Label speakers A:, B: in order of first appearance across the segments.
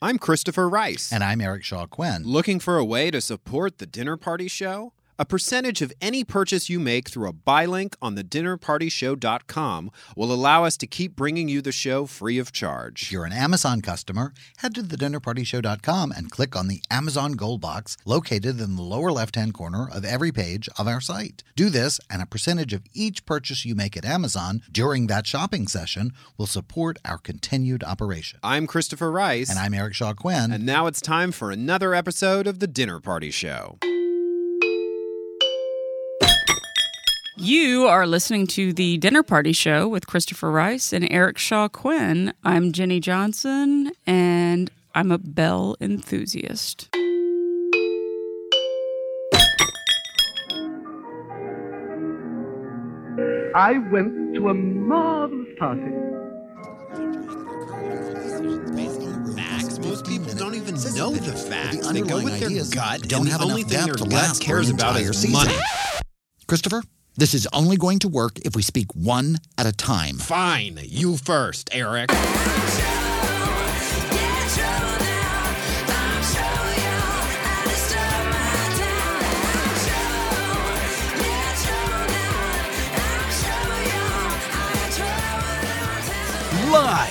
A: I'm Christopher Rice.
B: And I'm Eric Shaw Quinn.
A: Looking for a way to support the Dinner Party Show? A percentage of any purchase you make through a buy link on thedinnerpartyshow.com will allow us to keep bringing you the show free of charge.
B: If you're an Amazon customer, head to thedinnerpartyshow.com and click on the Amazon Gold box located in the lower left hand corner of every page of our site. Do this, and a percentage of each purchase you make at Amazon during that shopping session will support our continued operation.
A: I'm Christopher Rice.
B: And I'm Eric Shaw Quinn.
A: And now it's time for another episode of The Dinner Party Show.
C: You are listening to the Dinner Party Show with Christopher Rice and Eric Shaw Quinn. I'm Jenny Johnson, and I'm a bell enthusiast.
D: I went to a marvelous party.
A: Facts. Most people don't even
B: Says
A: know
B: that
A: the facts. They
B: underlying
A: go with their
B: ideas
A: gut,
B: don't
A: and
B: have
A: the only
B: enough
A: thing
B: depth
A: their
B: to
A: gut
B: last for an
A: cares about
B: entire
A: is
B: season.
A: money.
B: Christopher, this is only going to work if we speak one at a time.
A: Fine, you first, Eric.
E: Live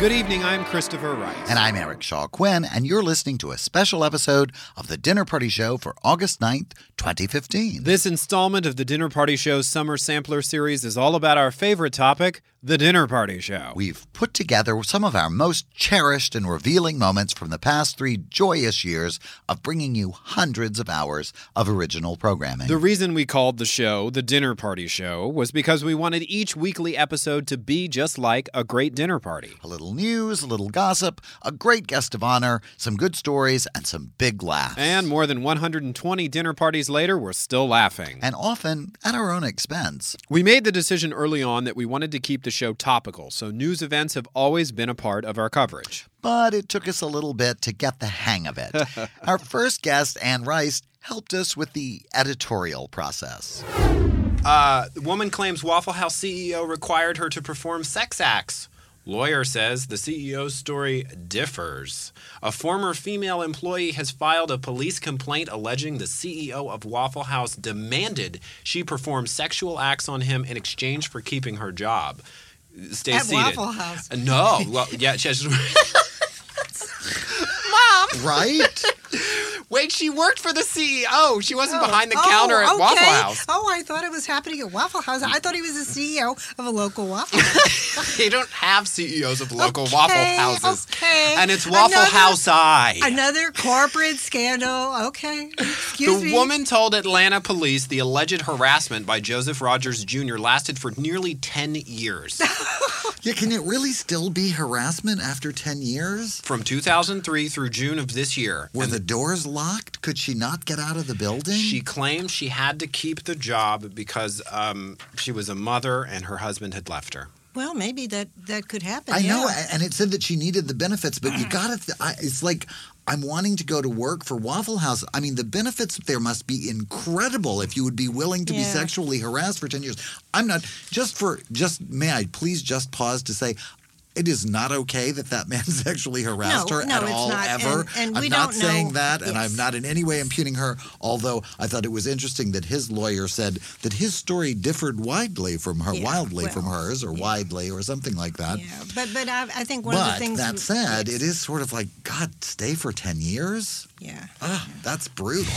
A: Good evening, I'm Christopher Rice.
B: And I'm Eric Shaw Quinn, and you're listening to a special episode of The Dinner Party Show for August 9th, 2015.
A: This installment of the Dinner Party Show's Summer Sampler series is all about our favorite topic, the Dinner Party Show.
B: We've put together some of our most cherished and revealing moments from the past three joyous years of bringing you hundreds of hours of original programming.
A: The reason we called the show the Dinner Party Show was because we wanted each weekly episode to be just like a great dinner party.
B: a little news, a little gossip, a great guest of honor, some good stories, and some big laughs.
A: And more than 120 dinner parties later, we're still laughing.
B: And often at our own expense.
A: We made the decision early on that we wanted to keep the show topical, so news events have always been a part of our coverage.
B: but it took us a little bit to get the hang of it. Our first guest, Anne Rice, helped us with the editorial process.
A: Uh, The woman claims Waffle House CEO required her to perform sex acts. Lawyer says the CEO's story differs. A former female employee has filed a police complaint alleging the CEO of Waffle House demanded she perform sexual acts on him in exchange for keeping her job. Stay
F: At
A: seated.
F: Waffle House.
A: Uh, No. Well, yeah, she has-
B: Right?
A: Wait, she worked for the CEO. She wasn't behind the
F: Oh,
A: counter at
F: okay.
A: Waffle House.
F: Oh, I thought it was happening at Waffle House. I thought he was the CEO of a local Waffle House.
A: They don't have CEOs of local Waffle
F: Okay,
A: Houses.
F: okay.
A: And it's Waffle
F: Another-
A: House I.
F: Another corporate scandal. Okay. Excuse
A: the
F: me.
A: woman told Atlanta police the alleged harassment by Joseph Rogers Jr. lasted for nearly 10 years,
B: yeah, can it really still be harassment after 10 years?
A: from 2003 through June of this year.
B: Were the doors locked? Could she not get out of the building?
A: She claims she had to keep the job because um, she was a mother and her husband had left her.
F: Well, maybe that that could happen.
B: I know,
A: uh,
F: yeah.
B: a- and it said that she needed the benefits, but you got to. Th- I- it's like I'm wanting to go to work for Waffle House. I mean, the benefits there must be incredible if you would be willing to be
F: Yeah.
B: sexually harassed for ten years. I'm not. Just for just may I please just pause to say. It is not okay that that man sexually harassed
F: No,
B: her
F: no,
B: at
F: it's
B: all
F: not,
B: ever.
F: and- and
B: I'm
F: we
B: not
F: don't
B: saying
F: know-
B: that, and I'm
F: yes.
B: not in any way imputing her. Although I thought it was interesting that his lawyer said that his story differed widely from her,
F: Yeah,
B: wildly from
F: well,
B: hers, or widely, or something like that
F: Yeah, but but I, I think one
B: but
F: of the things
B: that said,
F: yes,
B: it is sort of like God stay for ten years.
F: yeah.
B: Ah, that's brutal.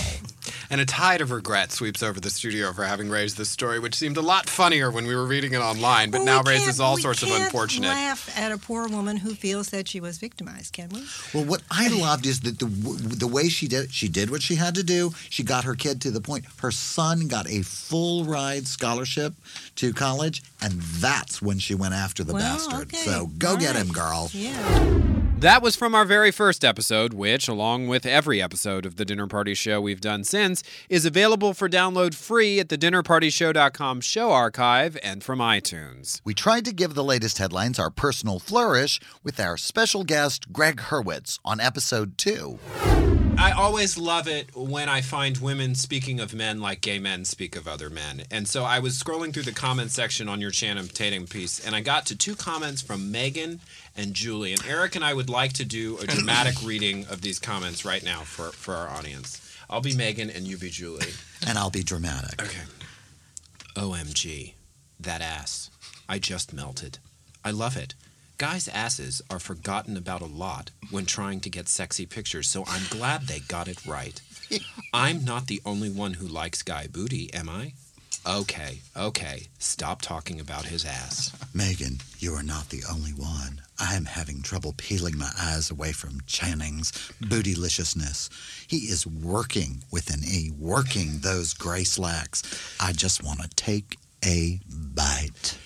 A: And a tide of regret sweeps over the studio for having raised this story, which seemed a lot funnier when we were reading it online, but
F: Well,
A: now
F: we
A: raises
F: can't-
A: all
F: we
A: sorts of
F: can't
A: unfortunate.
F: Laugh at a poor woman who feels that she was victimized, can we?
B: Well, what I loved is that the w- the way she did it, she did what she had to do. She got her kid to the point. Her son got a full ride scholarship to college, and that's when she went after the
F: Wow,
B: bastard.
F: okay.
B: So go
F: All
B: get
F: right.
B: him, girl.
F: Yeah.
A: That was from our very first episode, which, along with every episode of The Dinner Party Show we've done since, is available for download free at the dinnerpartyshow.com show archive and from iTunes.
G: We tried to give the latest headlines our personal flourish with our special guest, Greg Hurwitz, on episode two.
A: I always love it when I find women speaking of men like gay men speak of other men. And so I was scrolling through the comment section on your Channing Tatum piece, and I got to two comments from Megan and Julie. And Eric and I would like to do a dramatic reading of these comments right now for, for our audience. I'll be Megan and you be Julie.
B: And I'll be dramatic.
A: Okay. OMG. That ass. I just melted. I love it. Guys' asses are forgotten about a lot when trying to get sexy pictures, so I'm glad they got it right. I'm not the only one who likes guy booty, am I? Okay, okay. Stop talking about his ass.
B: Megan, you are not the only one. I am having trouble peeling my eyes away from Channing's bootyliciousness. He is working with an E, working those gray slacks. I just want to take a bite.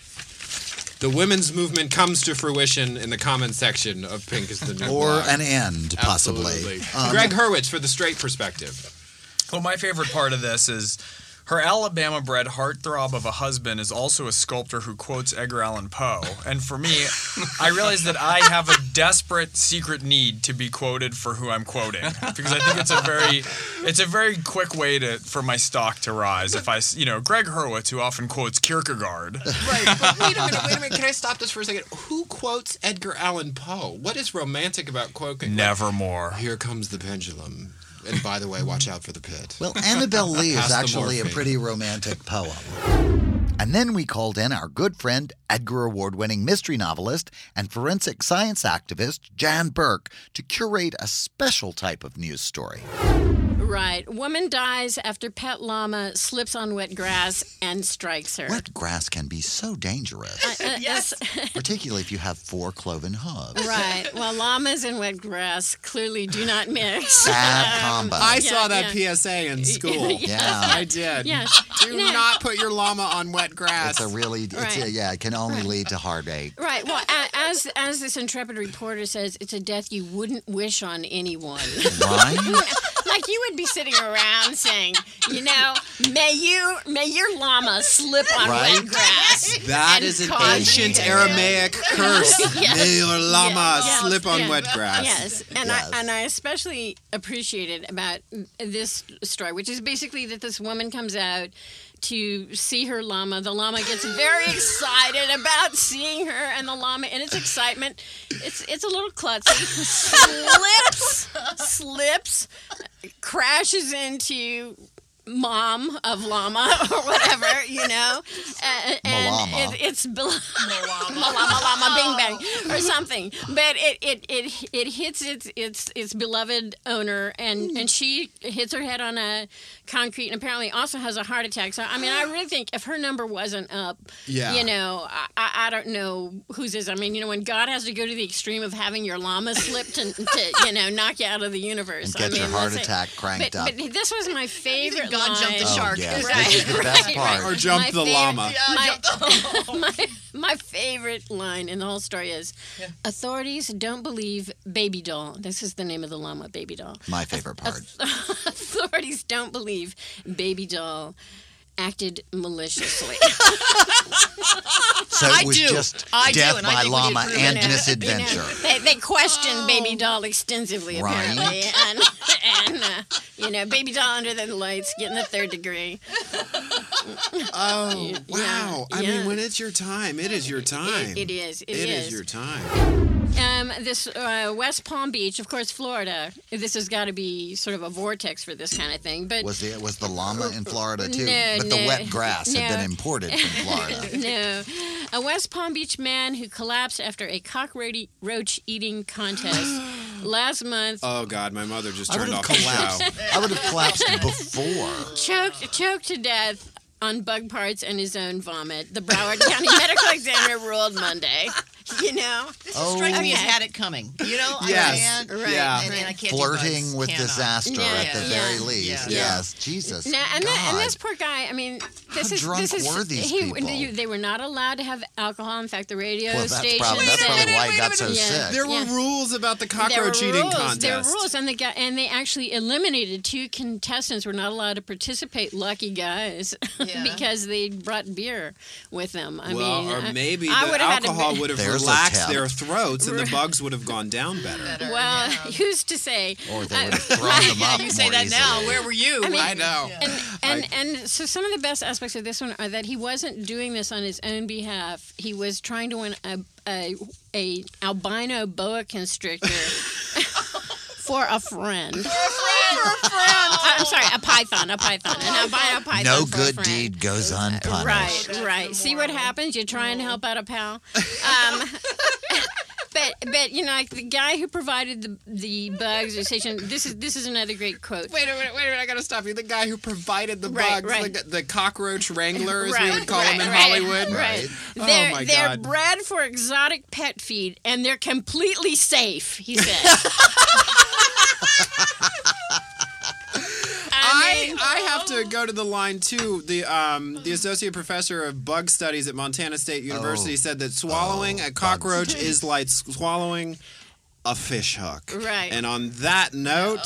A: The women's movement comes to fruition in the comment section of Pink is the New
B: Or
A: Black.
B: an um, end, possibly.
A: Absolutely. Greg Hurwitz for the straight perspective.
H: Well, my favorite part of this is her Alabama bred heartthrob of a husband is also a sculptor who quotes Edgar Allan Poe. And for me, I realize that I have a desperate secret need to be quoted for who I'm quoting because I think it's a very it's a very quick way to for my stock to rise if I, s- you know, Greg Hurwitz who often quotes Kierkegaard.
A: Right, but wait a minute, wait a minute. Can I stop this for a second? Who quotes Edgar Allan Poe? What is romantic about quoting?
H: Nevermore.
A: Here comes the pendulum. And by the way, watch out for the pit.
B: Well, Annabel Lee
A: Pass
B: is
A: the
B: actually a
A: morphine.
B: pretty romantic poem.
G: And then we called in our good friend, Edgar Award winning mystery novelist and forensic science activist, Jan Burke, to curate a special type of news story.
I: Right. Woman dies after pet llama slips on wet grass and strikes her.
B: Wet grass can be so dangerous,
I: Uh, yes.
B: particularly if you have four cloven hooves.
I: right. Well, llamas and wet grass clearly do not mix. Um,
B: Bad combo.
A: I
I: Yeah,
A: saw that
I: yeah.
A: PSA in school.
B: yeah.
A: I did.
I: Yes.
A: Do
I: No.
A: not put your llama on wet grass.
B: It's a really, it's
I: Right.
B: a, yeah, it can only lead to heartache.
I: Right. Well, a- as as this intrepid reporter says, it's a death you wouldn't wish on anyone.
B: Right?
I: like you would be sitting around saying, you know, may you may your llama slip on
B: Right.
I: wet grass.
A: that
I: And
A: is an
I: cause-
A: ancient Aramaic curse.
I: Yes.
A: May your llama
I: Yes.
A: slip on
I: Yes.
A: wet grass.
I: Yes, and
B: Yes.
I: I and I especially appreciated about this story, which is basically that this woman comes out to see her llama. The llama gets very excited about seeing her, and the llama, in its excitement, it's it's a little klutzy, slips, slips, crashes into. Mom of llama or whatever, you know, Uh, and
B: Malama.
I: it, it's bel- Malama Lama Bing Bang or something. But it it, it it hits its its its beloved owner
B: Hmm.
I: and and she hits her head on a concrete and apparently also has a heart attack. So I mean, I really think if her number wasn't up,
A: Yeah.
I: you know, I, I I don't know whose is. I mean, you know, when God has to go to the extreme of having your llama slipped and to you know knock you out of the universe,
B: And get
I: I mean,
B: your heart
I: let's say-
B: attack cranked
I: but,
B: up.
I: But this was my favorite.
J: God
I: line.
A: Oh,
J: jumped the shark.
B: yeah.
J: Is
B: This
J: that-
B: is the best part.
A: Or jump
I: My
A: the
I: fav-
A: llama.
I: my, my, my favorite line in the whole story is authorities don't believe baby doll this is the name of the llama baby doll
B: My favorite part.
I: authorities don't believe baby doll acted maliciously.
K: So it was just death by llama and misadventure.
I: They, they questioned Baby Doll extensively,
K: Right.
I: apparently, and, and uh, you know, Baby Doll under the lights, getting the third degree.
A: Oh, wow. I
I: yeah.
A: mean, when it's your time, it is your time.
I: it is, it
A: It
I: is.
A: is your time.
I: Um, this uh, West Palm Beach, of course, Florida. This has got to be sort of a vortex for this kind of thing. But
K: Was the was the llama in Florida too?
I: No,
K: but
I: no,
K: the wet grass had
I: no.
K: been imported from Florida.
I: no, a West Palm Beach man who collapsed after a cockroach eating contest last month.
A: Oh, God. My mother just
K: I
A: turned
K: would've
A: off the
K: collapsed.
A: show.
K: I would have collapsed before.
I: choked choked to death on bug parts and his own vomit. The Broward County Medical Examiner ruled Monday. You know,
L: This is striking me as
I: Okay.
L: had it coming. You know,
K: Yes,
L: I can't,
K: right, yeah.
L: and, and I can't do
K: Flirting
L: bugs.
K: with
L: Cannot.
K: disaster
I: Yeah,
K: at the
I: yeah,
K: very
I: yeah,
K: least.
I: yeah.
K: Yes, Jesus.
I: Now, and,
K: God.
I: that, and this poor guy, I mean, this
K: How
I: is
K: drunk
I: this is
K: were these
I: he,
K: people?
I: you- They were not allowed to have alcohol. In fact, the radio
K: Well, that's
I: station.
K: probably- that's Wait a probably minute, why he wait a got so minute. sick.
A: There were rules about the
I: There were
A: cockroach eating
I: rules.
A: contest.
I: There were rules, and they got, and they actually eliminated two contestants. Were not allowed to participate. Lucky guys, because they brought beer with them. I
A: well,
I: mean, I-
A: or maybe
I: I
A: the
I: would've had a
A: alcohol
I: bit-
A: would have
K: There's a
A: relaxed
K: tap.
A: their throats and the
I: Right.
A: bugs would have gone down better.
I: Well, who's to say? Uh,
A: Or they
I: I-
A: would have thrown them up
L: You say
A: more
L: that now.
A: easily.
L: Where were you?
I: I mean,
L: I know.
I: And and, and so some of the best aspects of this one are that he wasn't doing this on his own behalf. He was trying to win a a, a albino boa constrictor for a friend. For a friend. I'm sorry, a python, a python, an albino python.
K: no
I: for a
K: good
I: friend.
K: deed goes unpunished.
I: Right, right. See what happens? You try
A: Mm-hmm.
I: and help out a pal. Um, but but you know, like the guy who provided the the bugs or station. This is this is another great quote.
A: Wait a minute, wait a minute, I gotta stop you. The guy who provided the
I: Right,
A: bugs,
I: right.
A: the, the cockroach wrangler, as we
I: Right,
A: would call him
I: right,
A: in
I: right,
A: Hollywood.
I: Right.
A: Oh
I: they're,
A: my
I: they're
A: god.
I: bred for exotic pet feed and they're completely safe, he said.
A: I, I have to go to the line too. The um the associate professor of bug studies at Montana State
M: Oh.
A: University said that swallowing a cockroach is like swallowing a fish hook.
I: Right.
A: And on that note,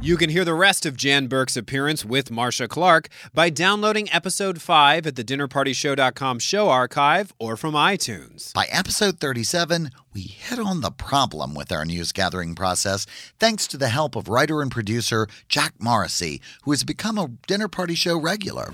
A: you can hear the rest of Jan Burke's appearance with Marsha Clark by downloading episode 5 at the dinnerpartyshow.com show archive or from iTunes.
B: By episode 37, we hit on the problem with our news gathering process thanks to the help of writer and producer Jack Morrissey, who has become a dinner party show regular.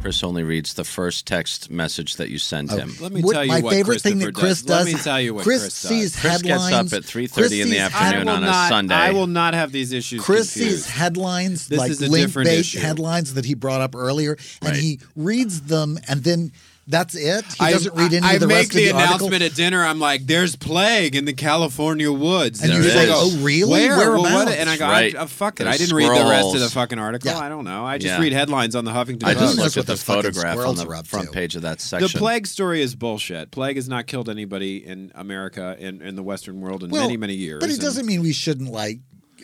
M: Chris only reads the first text message that you send him.
A: Oh, Let me
B: What-
A: tell you
B: my
A: what
B: favorite thing that
A: Christopher
B: Chris does-
A: Let me tell you what
B: Chris
A: Chris,
B: sees
A: does.
M: Chris gets up
B: headlines.
M: at 3:30 in the
B: Chris sees-
M: afternoon
A: I
M: on
A: will
M: a
A: not-
M: Sunday.
A: I will not have these issues.
B: Chris
A: confused.
B: sees headlines
A: This
B: like
A: is a
B: link
A: different
B: bait
A: issue.
B: headlines that he brought up earlier, and he reads them, and then that's it. He doesn't read any
A: I
B: of the
A: make
B: rest
A: the,
B: of the article.
A: announcement at dinner. I'm like, "There's plague in the California woods,"
B: And you're
A: There
B: just
A: it
B: like,
A: is.
B: "Oh, really?
A: Where? Well, what?"
B: Whereabouts?"
A: And I go,
M: Right.
A: I, uh, "Fuck it!
M: There's
A: I didn't read the rest of the
M: squirrels.
A: fucking article. I don't know. I just
M: Yeah.
A: read headlines on the Huffington
M: I just
A: Post."
M: looked at the photograph on the front page of that
A: The
M: section.
A: plague story is bullshit. Plague has not killed anybody in America in, in the Western world in
B: Well,
A: many many years.
B: but it
A: And-
B: doesn't mean we shouldn't like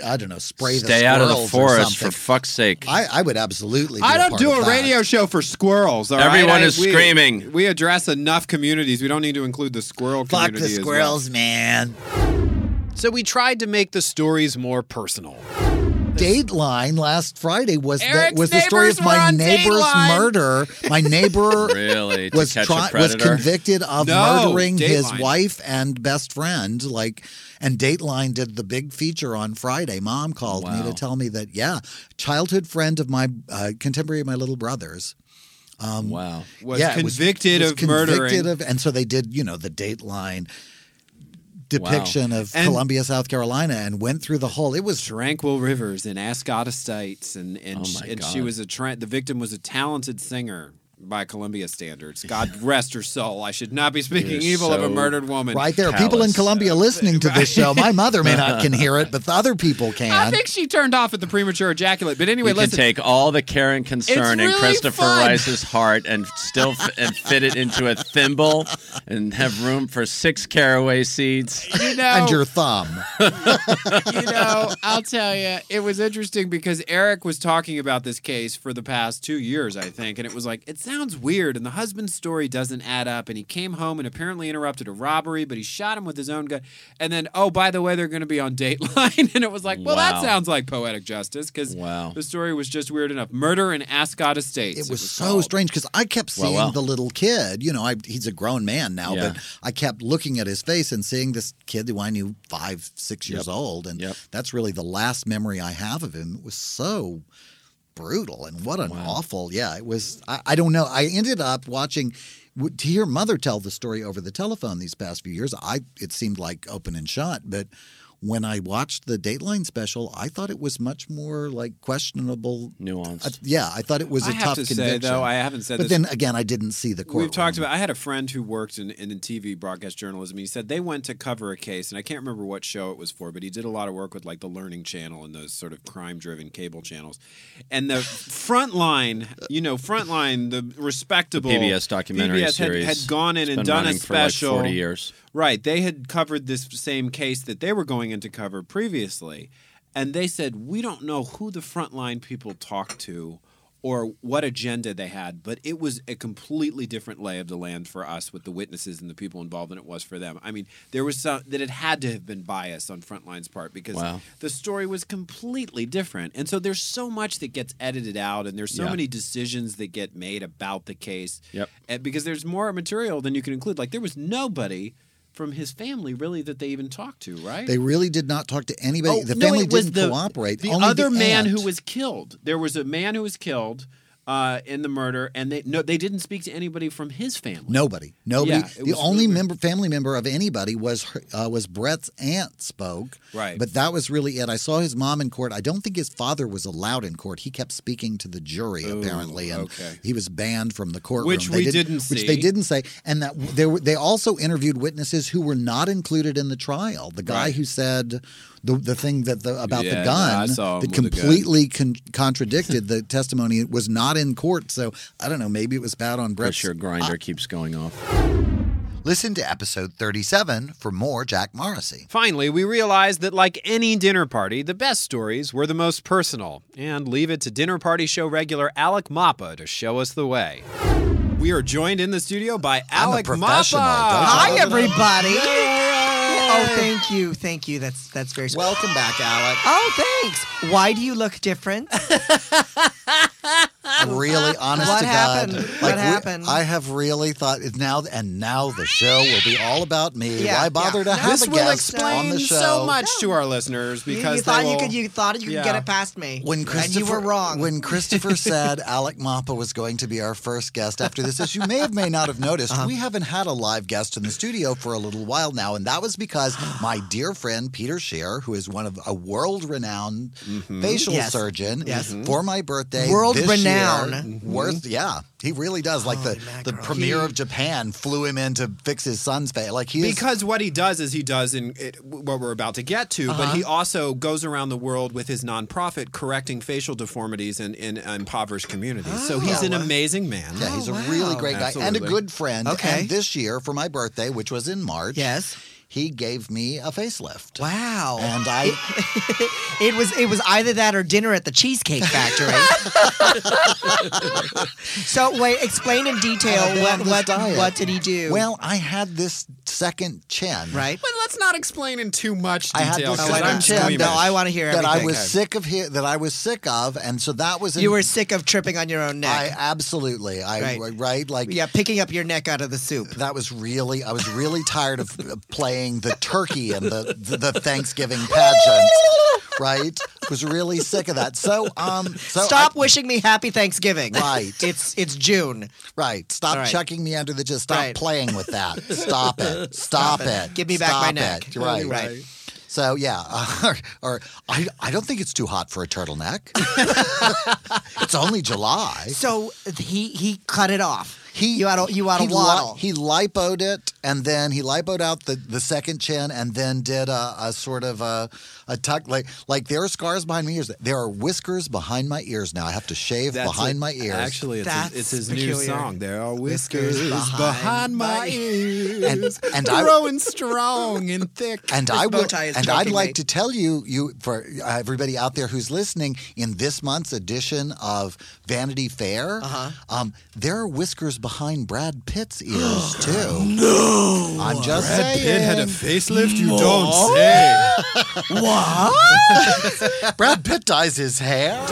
B: I don't know spray the
M: Stay out of the
B: squirrels or
M: forest for
B: something.
M: fuck's sake.
B: I, I would absolutely. Be
A: I don't
B: part
A: do
B: of
A: a
B: that.
A: radio show for squirrels. all right?
M: Everyone
A: I-
M: is
A: we-
M: screaming.
A: We address enough communities. We don't need to include the squirrel
B: Fuck
A: community.
B: the
A: as well.
B: squirrels, man.
A: So we tried to make the stories more personal.
B: Dateline last Friday was the,
A: Eric's
B: was the story
A: neighbors
B: of my
A: were on
B: neighbor's
A: Dateline.
B: murder. My neighbor
M: Really? To
B: was
M: catch a
B: try- was
M: predator?
B: convicted of
M: No,
B: murdering his
M: Dateline.
B: wife and best friend. Like, and Dateline did the big feature on Friday. Mom called me to tell me that yeah, childhood friend of my uh, contemporary of my little brother's. Um,
M: wow,
A: Was convicted
B: was
A: of
B: convicted
A: murdering.
B: of, and so they did you know the Dateline depiction of
A: And-
B: Columbia, South Carolina, and went through the whole. It was
A: Tranquil Rivers in Ascot Estates, and and, sh- and she
M: God.
A: was a tra- the victim was a talented singer by Columbia standards. God rest her soul. I should not be speaking
M: You're
A: evil of a
M: so
A: murdered woman.
B: Right there, people in Colombia listening to this show. My mother may not can hear it, but the other people can.
A: I think she turned off at the premature ejaculate. But anyway,
M: you
A: listen.
M: can take all the care and concern
A: It's
M: in
A: really
M: Christopher
A: fun.
M: Rice's heart and still f- and fit it into a thimble and have room for six caraway seeds.
A: you know,
B: and your thumb.
A: you know, I'll tell you, it was interesting because Eric was talking about this case for the past two years, I think, and it was like it sounds. sounds weird, and the husband's story doesn't add up. And he came home and apparently interrupted a robbery, but he shot him with his own gun. And then, oh, by the way, they're going to be on Dateline. and it was like, well,
M: Wow.
A: that sounds like poetic justice because the story was just weird enough. Murder in Ascot Estates.
B: It was, so strange because I kept
A: Well,
B: seeing
A: well.
B: the little kid. You know, I, he's a grown man now,
A: Yeah.
B: but I kept looking at his face and seeing this kid who I knew five, six years old, and that's really the last memory I have of him. It was so brutal and what an awful yeah it was I, I don't know i ended up watching w- to hear mother tell the story over the telephone these past few years i it seemed like open and shut but when i watched the dateline special i thought it was much more like questionable uh,
M: nuance
B: yeah i thought it was a
A: I have
B: tough
A: to say,
B: conviction
A: though, I haven't said
B: but
A: this-
B: then again i didn't see the court
A: We've talked about. I had a friend who worked in, in TV broadcast journalism. He said they went to cover a case, and I can't remember what show it was for, but he did a lot of work with like the Learning Channel and those sort of crime-driven cable channels. And the front line, you know, front line, the respectable
M: PBS documentary
A: PBS had,
M: series
A: had gone in
M: It's
A: and
M: been
A: done a
M: running for, like,
A: special.
M: 40 years.
A: Right. They had covered this same case that they were going in to cover previously. And they said, we don't know who the frontline people talked to or what agenda they had, but it was a completely different lay of the land for us with the witnesses and the people involved than it was for them. I mean, there was some that it had to have been bias on frontline's part because
M: Wow.
A: the story was completely different. And so there's so much that gets edited out and there's so
M: Yeah.
A: many decisions that get made about the case
M: Yep.
A: and because there's more material than you can include. Like there was nobody from his family really that they even talked to, right?
B: they really did not talk to anybody
A: Oh,
B: the
A: no,
B: family
A: it was
B: didn't
A: the-
B: cooperate
A: The
B: only
A: other man
B: aunt.
A: who was killed. There was a man who was killed uh, in the murder, and they no, they didn't speak to anybody from his family.
B: Nobody, nobody.
A: Yeah, it
B: the
A: was
B: only member, family member of anybody was her, uh, was Brett's aunt spoke.
A: Right.
B: but that was really it. I saw his mom in court. I don't think his father was allowed in court. He kept speaking to the jury apparently, and
A: okay.
B: he was banned from the courtroom.
A: Which we didn't
B: Which they
A: see.
B: didn't say, and that they were, they also interviewed witnesses who were not included in the trial. The guy
A: Right.
B: who said the the thing that the about
A: Yeah,
B: the gun
A: I saw him
B: that
A: with a gun.
B: completely con- contradicted the testimony was not in court. So I don't know. Maybe it was bad on Brett's.
M: Pressure grinder keeps going off.
B: Listen to episode 37 for more Jack Morrissey.
A: Finally, we realized that, like any dinner party, the best stories were the most personal, and leave it to dinner party show regular Alec Mappa to show us the way. We are joined in the studio by Alec
F: professional,
A: Mappa.
F: don't you Hi, love that? everybody.
L: Oh, thank you, thank you. That's that's very sweet. welcome back, Alec. Oh, thanks. Why do you look different?
B: Really honest
L: What
B: to
L: happened?
B: God.
L: What
B: Like, we-
L: happened?
B: I have really thought it now and now the show will be all about me.
L: Yeah,
B: Why bother to
L: yeah.
B: have
L: This
B: a
L: will
B: guest
L: explain
B: on the show?
L: so much
A: to our listeners
L: You-
B: because
L: you, thought
B: they
L: you
B: will-
L: could you thought you could get
B: Yeah.
L: it past me.
B: When
L: and
B: Christopher
L: you were wrong.
B: When Christopher said Alec Mappa was going to be our first guest after this, as you may have may not have noticed,
L: Uh-huh.
B: we haven't had a live guest in the studio for a little while now, and that was because my dear friend Peter Scheer, who is one of a world-renowned facial
L: Yes.
B: surgeon, Mm-hmm.
L: Yes.
B: for my birthday,
L: World Oh,
B: this
L: renown.
B: year, Mm-hmm.
L: Mhm.
B: worth yeah, he really does. Like the the premier of Japan flew him in to fix his son's face. Like he is
A: because what he does is he does in it, what we're about to get to, but
B: Uh-huh.
A: he also goes around the world with his nonprofit correcting facial deformities in, in impoverished communities. so he's
B: Yeah,
A: an
B: well-
A: amazing man.
B: Oh. Yeah,
L: Oh,
B: he's a really great guy and a
A: Absolutely.
B: good friend.
A: Okay.
B: And this year for my birthday, which was in March, yes, he gave me a facelift.
L: Wow.
B: And I
L: it was it was either that or dinner at the Cheesecake Factory. so wait, explain in detail
B: I've been
L: what
B: on this
L: what,
B: diet.
L: what did he do?
B: Well, I had this second chin.
L: Right.
A: But let's not explain in too much
B: Oh, I
A: detail.
B: had this
A: 'cause
B: second
A: I'm
B: chin
A: squeamish.
B: that that I was
A: Okay.
B: sick of here that I was sick of, and so that was
L: You were sick of tripping on your own neck.
B: I absolutely, I right.
L: Right.
B: like
L: yeah, picking up your neck out of the soup.
B: That was really, I was really tired of uh, playing the turkey and the the Thanksgiving pageant. Right, was really sick of that. So, um, so
L: Stop wishing me happy Thanksgiving.
B: Right.
L: It's it's June.
B: Right. Stop
L: All right.
B: chucking me under the just stop
L: Right.
B: playing with that. Stop it.
L: Stop
B: Stop, it.
L: it. Give me back
B: Stop
L: my neck.
B: it. Right.
L: Right.
B: So yeah, or, or I, I don't think it's too hot for a turtleneck. it's only July.
L: So he he cut it off.
B: He
L: You oughta- you oughta
B: he
L: waddle.
B: Li- he lipoed it, and then he lipoed out the, the second chin, and then did a, a sort of a, a tuck. Like like there are scars behind my ears. There are whiskers behind my ears now. I have to shave
N: That's
B: behind
N: it.
B: my ears.
N: Actually, it's his- That's it's his new peculiar. song. There are whiskers behind my
B: ears, and, and I
N: growing strong and thick.
B: and I will, and I'd like to tell you, you for everybody out there who's listening, in this month's edition of Vanity Fair,
L: Uh-huh.
B: um, there are whiskers behind Brad Pitt's ears too.
N: No,
B: I'm just
N: Brad
B: saying.
N: Pitt had a facelift. You
B: What?
N: don't say.
B: what? Brad Pitt dyes his hair.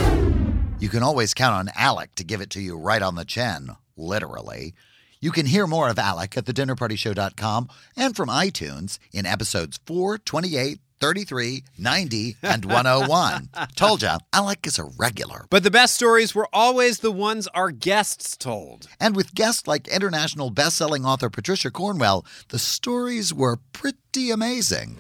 B: You can always count on Alec to give it to you right on the chin, literally. You can hear more of Alec at thedinnerpartyshow.com and from iTunes in episodes 4, 28, 33, 90, and 101. Told ya, Alec is a regular.
A: But the best stories were always the ones our guests told.
B: And with guests like international best-selling author Patricia Cornwell, the stories were pretty amazing.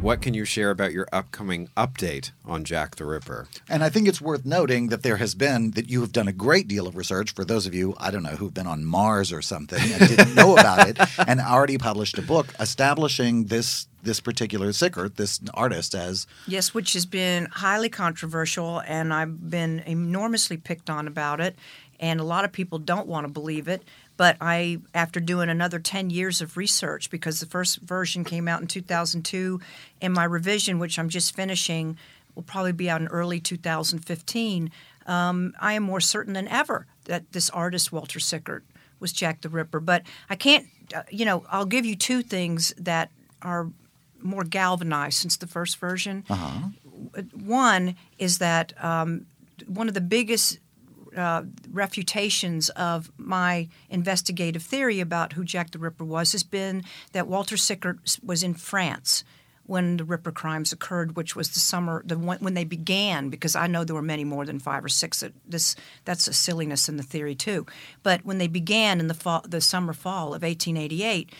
A: What can you share about your upcoming update on Jack the Ripper?
B: And I think it's worth noting that there has been that you have done a great deal of research for those of you I don't know who've been on Mars or something and didn't know about it and already published a book establishing this this particular Sickert, this artist as
O: Yes, which has been highly controversial, and I've been enormously picked on about it, and a lot of people don't want to believe it. But I, after doing another 10 years of research, because the first version came out in 2002, and my revision, which I'm just finishing, will probably be out in early 2015, um, I am more certain than ever that this artist, Walter Sickert, was Jack the Ripper. But I can't, uh, you know, I'll give you two things that are more galvanized since the first version.
B: Uh-huh.
O: One is that um, one of the biggest uh, refutations of my investigative theory about who Jack the Ripper was has been that Walter Sickert s- was in France when the Ripper crimes occurred, which was the summer the one, when they began. Because I know there were many more than five or six. That this that's a silliness in the theory too. But when they began in the fall, the summer fall of 1888,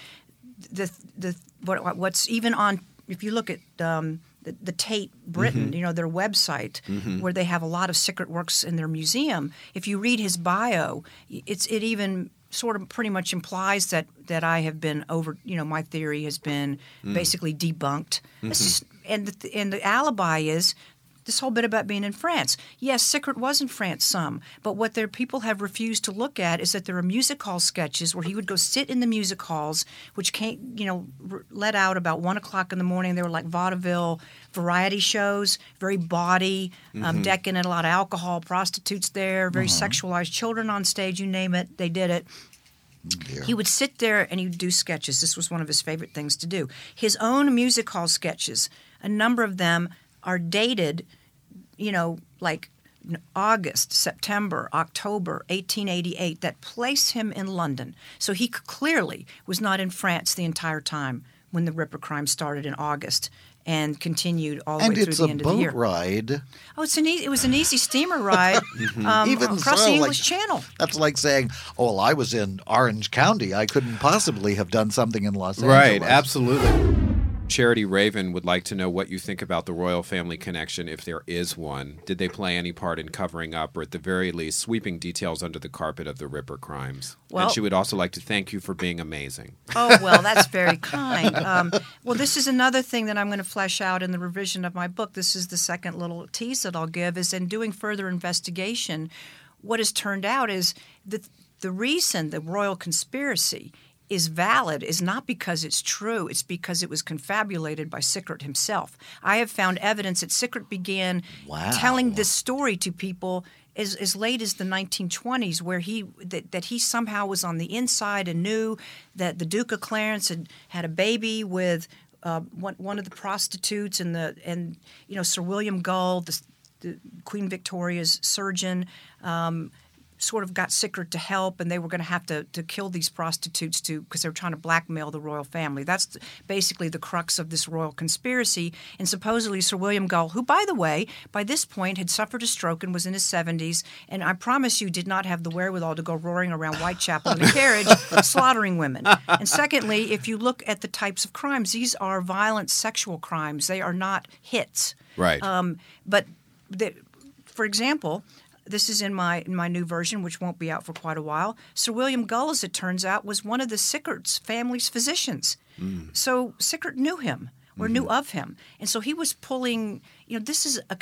O: the the what, what's even on if you look at um, the, the Tate Britain,
P: Mhm.
O: you know their website
N: Mm-hmm.
P: Mhm.
O: where they have a lot of secret works in their museum. If you read his bio, it's it even sort of pretty much implies that that I have been over. You know, my theory has been
P: Mm.
O: basically debunked. That's
N: Mm-hmm.
P: Mhm.
O: just- and the, and the alibi is. This whole bit about being in France. Yes, Sickert was in France some, but what their people have refused to look at is that there are music hall sketches where he would go sit in the music halls, which came, you know, r- let out about one o'clock in the morning. They were like vaudeville variety shows, very bawdy, um,
P: Mhm.
O: decadent, a lot of alcohol, prostitutes there, very
P: Mhm.
O: sexualized children on stage, you name it, they did it.
N: Mm-hmm.
O: He would sit there and he'd do sketches. This was one of his favorite things to do. His own music hall sketches, a number of them are dated, you know, like n- August, September, October 1888, that place him in London. So he c- clearly was not in France the entire time when the Ripper crime started in August and continued all the
B: and
O: way through
B: it's
O: the
B: a
O: end of the
B: boat
O: year.
B: ride.
O: Oh, it's an easy, it was an easy steamer ride
B: Mhm.
O: um,
B: Even
O: across
B: so,
O: the
B: like-
O: English Channel.
B: That's like saying, "Oh well, I was in Orange County. I couldn't possibly have done something in Los
A: Right,
B: Angeles."
A: absolutely. Charity Raven would like to know what you think about the royal family connection, if there is one. Did they play any part in covering up, or at the very least, sweeping details under the carpet of the Ripper crimes?
O: Well-
A: and she would also like to thank you for being amazing.
O: Oh well, that's very kind. Um, well, this is another thing that I'm going to flesh out in the revision of my book. This is the second little tease that I'll give. Is in doing further investigation, what has turned out is that the reason the royal conspiracy is valid is not because it's true. It's because it was confabulated by Sickert himself. I have found evidence that Sickert began
P: Wow.
O: telling this story to people as, as late as the 1920s, where he that, that he somehow was on the inside and knew that the Duke of Clarence had had a baby with uh, one, one of the prostitutes and the and you know Sir William Gull, the, the Queen Victoria's surgeon. Um, sort of got Sickert to help, and they were going to have to, to kill these prostitutes to because they were trying to blackmail the royal family. That's th- basically the crux of this royal conspiracy. And supposedly Sir William Gull, who by the way, by this point had suffered a stroke and was in his 70s, and I promise you did not have the wherewithal to go roaring around Whitechapel in a carriage slaughtering women. And secondly, if you look at the types of crimes, these are violent sexual crimes. They are not hits.
P: Right.
O: Um, but the, for example, This is in my in my new version, which won't be out for quite a while. Sir William Gull, as it turns out, was one of the Sickert's family's physicians.
N: Mm-hmm.
O: So Sickert knew him or knew of him. And so he was pulling, you know, this is a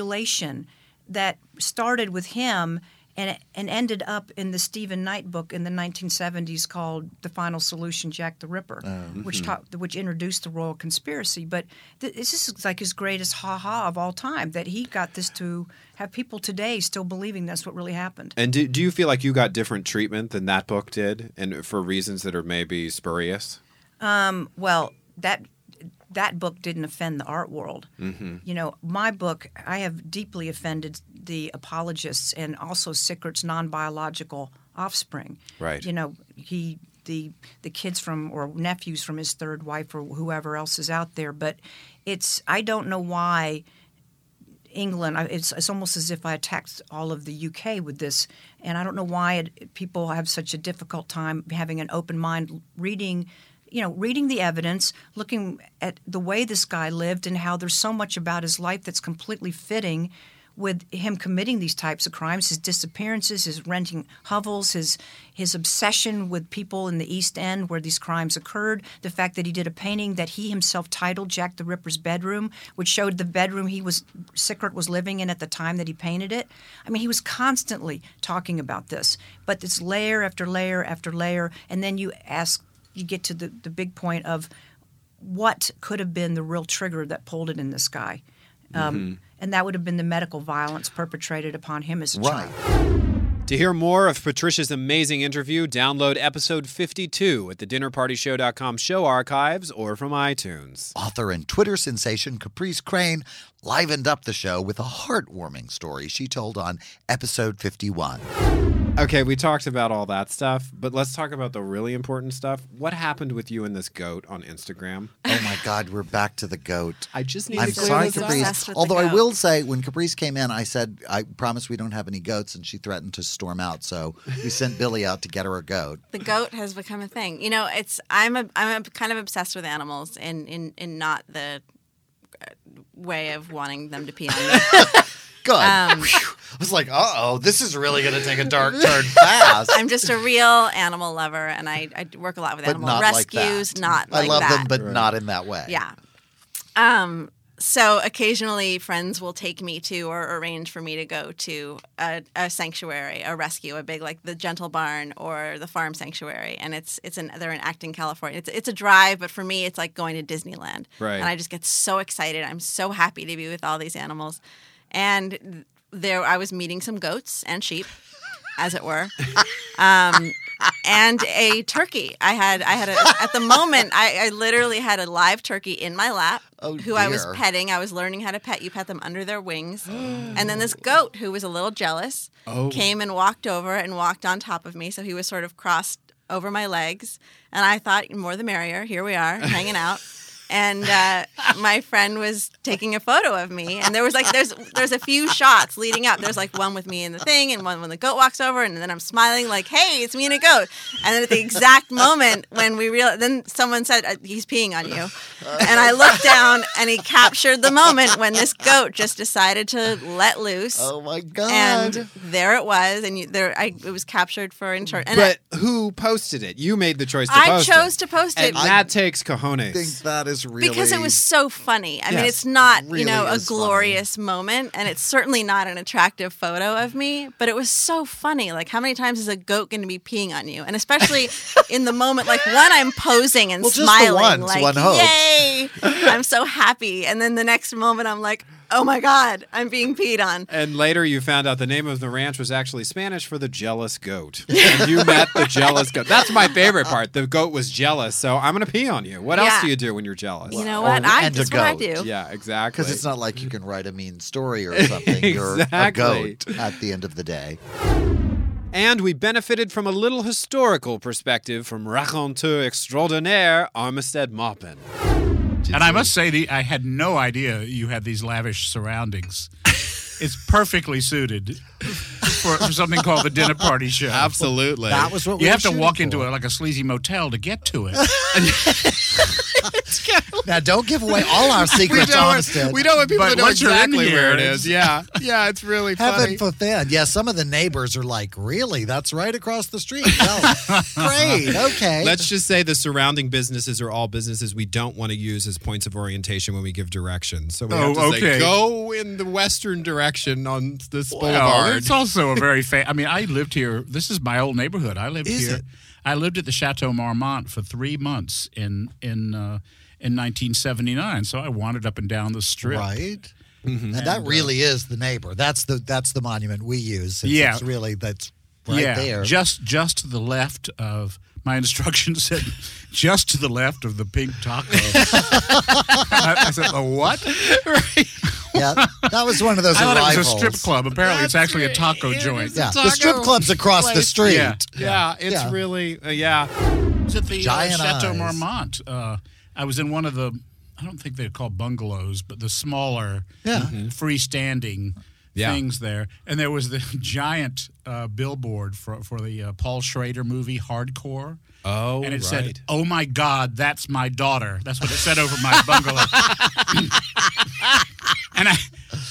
O: confabulation that started with him and, and ended up in the Stephen Knight book in the 1970s called The Final Solution Jack the Ripper,
P: Oh.
O: which,
P: Mhm.
O: taught, which introduced the royal conspiracy. But th- this is like his greatest ha ha of all time that he got this to have people today still believing that's what really happened.
A: And do, do you feel like you got different treatment than that book did, and for reasons that are maybe spurious?
O: Um, well, that that book didn't offend the art world.
A: Mm-hmm.
O: You know, my book, I have deeply offended the apologists and also Sickert's non biological offspring.
A: Right.
O: You know, he. The, the kids from or nephews from his third wife or whoever else is out there but it's i don't know why england I- it's, it's almost as if i attacked all of the uk with this and i don't know why it, people have such a difficult time having an open mind reading you know, reading the evidence, looking at the way this guy lived and how there's so much about his life that's completely fitting with him committing these types of crimes, his disappearances, his renting hovels, his his obsession with people in the East End where these crimes occurred, the fact that he did a painting that he himself titled Jack the Ripper's bedroom, which showed the bedroom he was Sickert was living in at the time that he painted it. I mean, he was constantly talking about this, but it's layer after layer after layer, and then you ask you get to the, the big point of what could have been the real trigger that pulled it in this guy. Um,
A: Mhm.
O: And that would have been the medical violence perpetrated upon him as a child.
A: To hear more of Patricia's amazing interview, download episode 52 at the dinnerpartyshow.com show archives or from iTunes.
Q: Author and Twitter sensation Caprice Crane livened up the show with a heartwarming story she told on episode 51.
A: Okay, we talked about all that stuff, but let's talk about the really important stuff. What happened with you and this goat on Instagram?
Q: Oh my God, we're back to the goat.
A: I just need
Q: I'm
A: to clear
Q: sorry,
A: this up.
Q: Caprice. Although I will say, when Caprice came in, I said, I promise we don't have any goats, and she threatened to storm out. So we sent Billy out to get her a goat.
R: the goat has become a thing. You know, it's I'm a I'm a kind of obsessed with animals, and in in not the uh, way of wanting them to pee on me.
Q: Good.
R: Um,
Q: Phew. I was like, uh oh, this is really going to take a dark turn fast.
R: I'm just a real animal lover, and I, I work a lot with
Q: But
R: animal
Q: not like that.
R: rescues. Not
Q: I
R: like
Q: love
R: that.
Q: them, but not in that way.
R: Yeah. Um, so occasionally friends will take me to or arrange for me to go to a, a sanctuary, a rescue, a big like the Gentle Barn or the Farm Sanctuary, and it's it's an they're in Acton, California. It's it's a drive, but for me it's like going to Disneyland,
P: Right.
R: And I just get so excited. I'm so happy to be with all these animals, and there I was meeting some goats and sheep, as it were. Um, and a turkey. I had I had a, at the moment I, I literally had a live turkey in my lap
P: Oh,
R: who I was
P: dear.
R: petting. I was learning how to pet. You pet them under their wings. and then this goat who was a little jealous
P: Oh.
R: came and walked over and walked on top of me. So he was sort of crossed over my legs. And I thought more the merrier. Here we are hanging out. And uh, my friend was taking a photo of me, and there was like there's there's a few shots leading up. There's like one with me in the thing, and one when the goat walks over, and then I'm smiling like, "Hey, it's me and a goat." And then at the exact moment when we real, then someone said, uh, "He's peeing on you," and I looked down, and he captured the moment when this goat just decided to let loose.
Q: Oh my god!
R: And there it was, and you, there I it was captured for insurance. And
A: but who posted it? You made the choice to
R: I
A: post
R: chose
A: it.
R: to post it.
A: And that takes cojones.
Q: think that is really
R: because it was so funny. I mean,
A: Yes,
R: it's not
A: really
R: you know a
A: is funny.
R: glorious moment, and it's certainly not an attractive photo of me. But it was so funny. Like, how many times is a goat going to be peeing on you? And especially in the moment, like when I'm posing and
P: Well, just the
R: smiling,
P: once,
R: like
P: one hopes.
R: yay, I'm so happy. And then the next moment, I'm like, oh my god, I'm being peed on.
A: And later you found out the name of the ranch was actually Spanish for the jealous goat. And you met the jealous goat. That's my favorite part. The goat was jealous, so I'm going to pee on you. What else
R: Yeah.
A: do you do when you're jealous?
R: You know what? I
Q: and a
R: that's what I
Q: goat.
R: do.
A: Yeah, exactly.
Q: Because it's not like you can write a mean story or something. You're a
A: Exactly.
Q: goat at the end of the day.
A: And we benefited from a little historical perspective from raconteur extraordinaire Armistead Maupin.
S: And I must say, the, I had no idea you had these lavish surroundings. it's perfectly suited for, for something called the dinner party show. Absolutely,
Q: That was what
S: you
Q: we
S: have
Q: were
S: to walk
Q: shooting
S: into
Q: for.
S: a, like a sleazy motel to get to it.
B: now, don't give away all our secrets,
N: we know it-
B: Armstead.
N: we know it, people know exactly where it is. Yeah.
S: yeah, it's really
N: funny.
B: Heaven forbid. Yeah, some of the neighbors are like, really? That's right across the street. Well, great. Okay.
A: Let's just say the surrounding businesses are all businesses we don't want to use as points of orientation when we give directions. So we have to
S: Oh,
A: say,
S: okay.
A: go in the western direction on this
S: Well,
A: boulevard.
S: it's also a very fa- I mean, I lived here. This is my old neighborhood. I lived
A: Is
S: here.
A: it?
S: I lived at the Chateau Marmont for three months in in uh, in 1979. So I wandered up and down the strip.
B: Right.
S: Mhm.
B: And Mm-hmm.
A: uh,
B: that really is the neighbor. That's the that's the monument we use. It's,
S: Yeah.
B: it's really that's right
S: yeah,
B: there.
S: Just just to the left of my instructions said just to the left of the pink taco. I, I said, "A what?"
B: yeah, that was one of those
S: I thought it was a
B: arrivals.
S: strip club. Apparently, it's actually a taco joint.
B: Yeah, the strip club's across the street.
S: Yeah,
A: Yeah, it's
S: Yeah.
A: really uh, yeah.
S: It's at the uh,
A: Giant
S: Chateau
A: eyes.
S: Marmont. Uh, I was in one of the, I don't think they're called bungalows, but the smaller, Mm-hmm.
B: Yeah.
S: freestanding
A: Yeah.
S: things there. And there was the giant uh, billboard for, for the uh, Paul Schrader movie, Hardcore.
A: Oh,
S: and it
A: right.
S: said, "Oh my God, that's my daughter." That's what it said over my bungalow. and I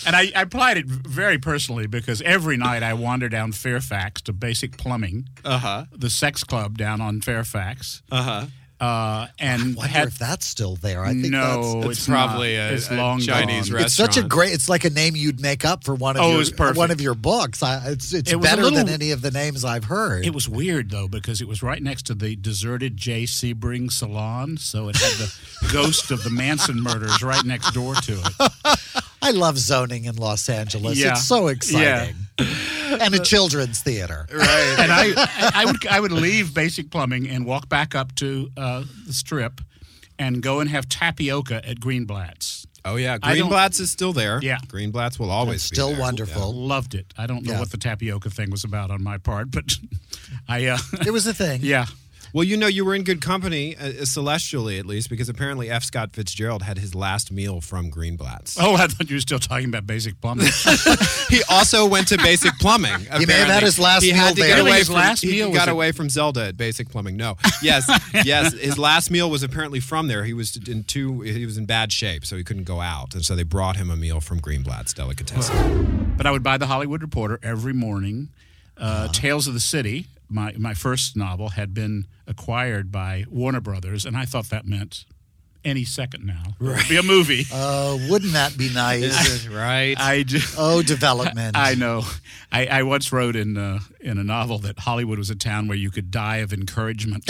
S: and I, I applied it very personally because every night I wander down Fairfax to Basic Plumbing,
A: uh-huh.
S: the sex club down on Fairfax.
A: Uh-huh.
S: Uh, and
B: I wonder if that's still there. I think
S: no,
B: that's,
S: it's, not. it's long gone.
B: It's such a great. It's like a name you'd make up for one of
S: Oh, it
B: your
S: was perfect.
B: one of your books. I, it's it's
S: It was a
B: better than
S: little-
B: any of the names I've heard.
S: It was weird though because it was right next to the deserted J. Sebring Salon, so it had the ghost of the Manson murders right next door to it.
B: I love zoning in Los Angeles.
S: Yeah.
B: It's so
S: Yeah.
B: exciting. And a children's theater.
S: Right. and I, I would, I would leave Basic Plumbing and walk back up to uh, the Strip, and go and have tapioca at Greenblatt's.
A: Oh yeah,
S: I don't-
A: Greenblatt's is still there.
S: Yeah.
A: Greenblatt's will always be there.
S: Loved it. I don't know
A: Yeah.
S: what the tapioca thing was about on my part, but I. Uh,
B: it was a thing.
S: Yeah.
A: Well, you know, you were in good company, uh, celestially at least, because apparently F. Scott Fitzgerald had his last meal from Greenblatt's.
S: Oh, I thought you were still talking about basic plumbing.
A: he also went to Basic Plumbing.
S: He may have had
A: apparently.
S: his last
A: he
S: meal
A: had to
S: there.
A: Get
S: Really,
A: away
S: his
A: from,
S: last
A: he
S: meal was
A: got
S: a-
A: away from Zelda at Basic Plumbing. No, yes, yes, his last meal was apparently from there. He was in too. He was in bad shape, so he couldn't go out, and so they brought him a meal from Greenblatt's delicatessen.
S: but I would buy the Hollywood Reporter every morning. Uh,
B: Uh-huh.
S: Tales of the City, my my first novel, had been acquired by Warner Brothers, and I thought that meant any second now it would be a movie.
B: Uh, wouldn't that be nice?
A: right.
S: I just,
B: oh, development.
S: I know. I, I once wrote in uh, in a novel that Hollywood was a town where you could die of encouragement.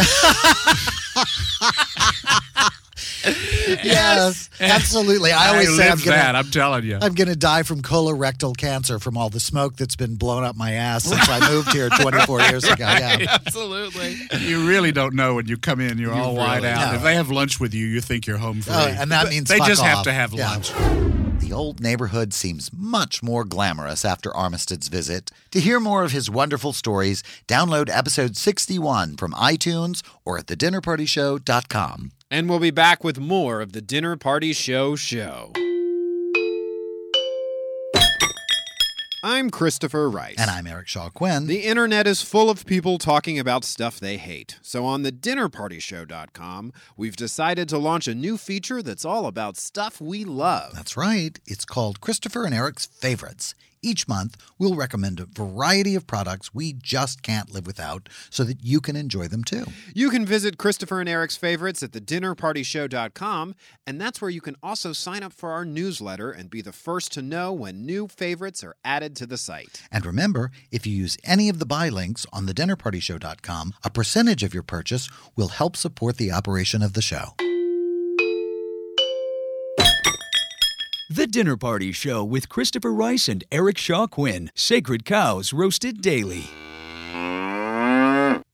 B: yes, absolutely. I always say I'm
S: lived
B: gonna,
S: that. I'm telling you.
B: I'm going to die from colorectal cancer from all the smoke that's been blown up my ass since I moved here 24 years ago.
S: Right.
B: Yeah.
A: Absolutely.
S: You really don't know when you come in. You're all wide
B: really
S: out.
B: don't.
S: If they have lunch with you, you think you're home free.
B: Oh, and that
S: But
B: means
S: they
B: fuck
S: just have
B: off.
S: to have
B: Yeah.
S: lunch.
B: The old neighborhood seems much more glamorous after Armistead's visit. To hear more of his wonderful stories, download episode 61 from iTunes or at thedinnerpartyshow.com.
A: And we'll be back with more of the Dinner Party Show show. I'm Christopher Rice.
B: And I'm Eric Shaw Quinn.
A: The internet is full of people talking about stuff they hate. So on the dinnerpartyshow.com, we've decided to launch a new feature that's all about stuff we love.
B: That's right. It's called Christopher and Eric's Favorites. Each month, we'll recommend a variety of products we just can't live without so that you can enjoy them too.
A: You can visit Christopher and Eric's favorites at thedinnerpartyshow.com, and that's where you can also sign up for our newsletter and be the first to know when new favorites are added to the site.
B: And remember, if you use any of the buy links on thedinnerpartyshow.com, a percentage of your purchase will help support the operation of the show.
E: The Dinner Party Show with Christopher Rice and Eric Shaw Quinn. Sacred cows roasted daily.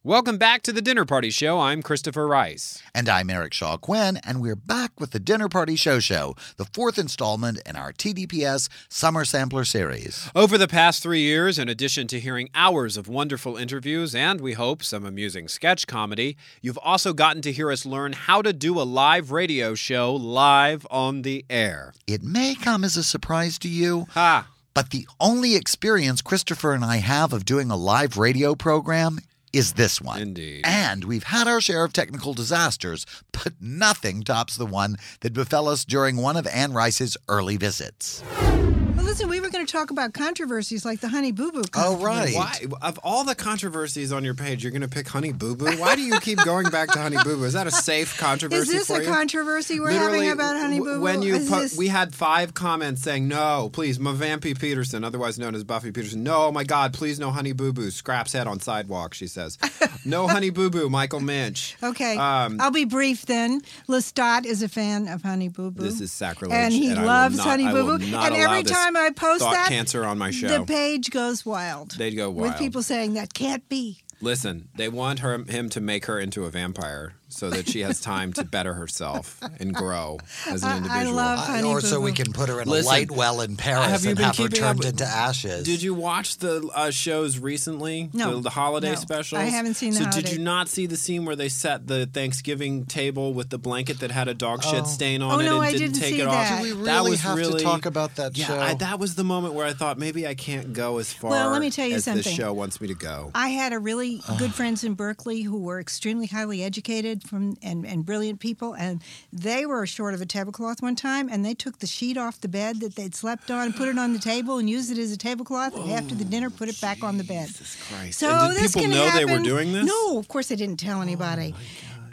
A: Welcome back to the Dinner Party Show. I'm Christopher Rice.
B: And I'm Eric Shaw Quinn, and we're back with the Dinner Party Show Show, the fourth installment in our TDPS Summer Sampler series.
A: Over the past three years, in addition to hearing hours of wonderful interviews and, we hope, some amusing sketch comedy, you've also gotten to hear us learn how to do a live radio show live on the air.
B: It may come as a surprise to you, but the only experience Christopher and I have of doing a live radio program is this one. Indeed. And we've had our share of technical disasters, but nothing tops the one that befell us during one of Anne Rice's early visits.
F: Well, listen, we were going to talk about controversies like the Honey Boo Boo.
A: Oh,
F: controversy.
A: Why, of all the controversies on your page, you're going to pick Honey Boo Boo? Why do you keep going back to Honey Boo Boo? Is that a safe controversy
F: Is this
A: for
F: a
A: you?
F: controversy we're
A: Literally,
F: having about Honey
A: w-
F: Boo Boo?
A: When you
F: Is
A: put,
F: this-
A: we had five comments saying, "No, please, Mavampy Peterson, otherwise known as Buffy Peterson. No, oh my God, please, no Honey Boo Boo. Scraps head on sidewalk." She says, "No Honey Boo Boo, Michael Minch."
F: Okay,
A: Um,
F: I'll be brief then. Lestat is a fan of Honey Boo Boo.
A: This is sacrilege,
F: and he
A: and I will
F: loves
A: not-
F: Honey
A: I
F: Boo
A: will
F: Boo.
A: not
F: And
A: allow
F: every
A: this
F: time I post
A: thought
F: that,
A: cancer on my
F: the
A: show.
F: page goes wild
A: They'd go wild.
F: with people saying that can't be.
A: Listen, they want her him to make her into a vampire so that she has time to better herself and grow as an
F: I- I
A: individual.
F: love I- Honey
B: or so we can put her in a light well in Paris
A: have you
B: and
A: been
B: have her
A: keeping
B: turned
A: up-
B: into ashes.
A: Did you watch the uh, shows recently?
B: No.
A: The, the holiday
B: No.
A: specials?
B: I haven't seen the
A: So did
B: holiday-
A: you not see the scene where they set the Thanksgiving table with the blanket that had a dog shit stain on
F: Oh,
A: it
F: no,
A: and
F: I
A: didn't
F: didn't
A: take
F: see
A: it
F: that.
A: off?
F: Do we
A: that
B: really
A: was
B: have to
A: really,
B: talk about that
A: yeah,
B: show?
A: I, that was the moment where I thought maybe I can't go as far
F: Well, let me tell you
A: as
F: something.
A: this show wants me to go.
F: I had a really good friends in Berkeley who were extremely highly educated from and, and brilliant people, and they were short of a tablecloth one time, and they took the sheet off the bed that they'd slept on, and put it on the table, and used it as a tablecloth, and after the dinner, put it back on the bed.
A: Christ.
F: So
A: And did
F: this
A: people
F: can
A: know
F: happen.
A: they were doing this? Oh
F: No, of course they didn't tell anybody.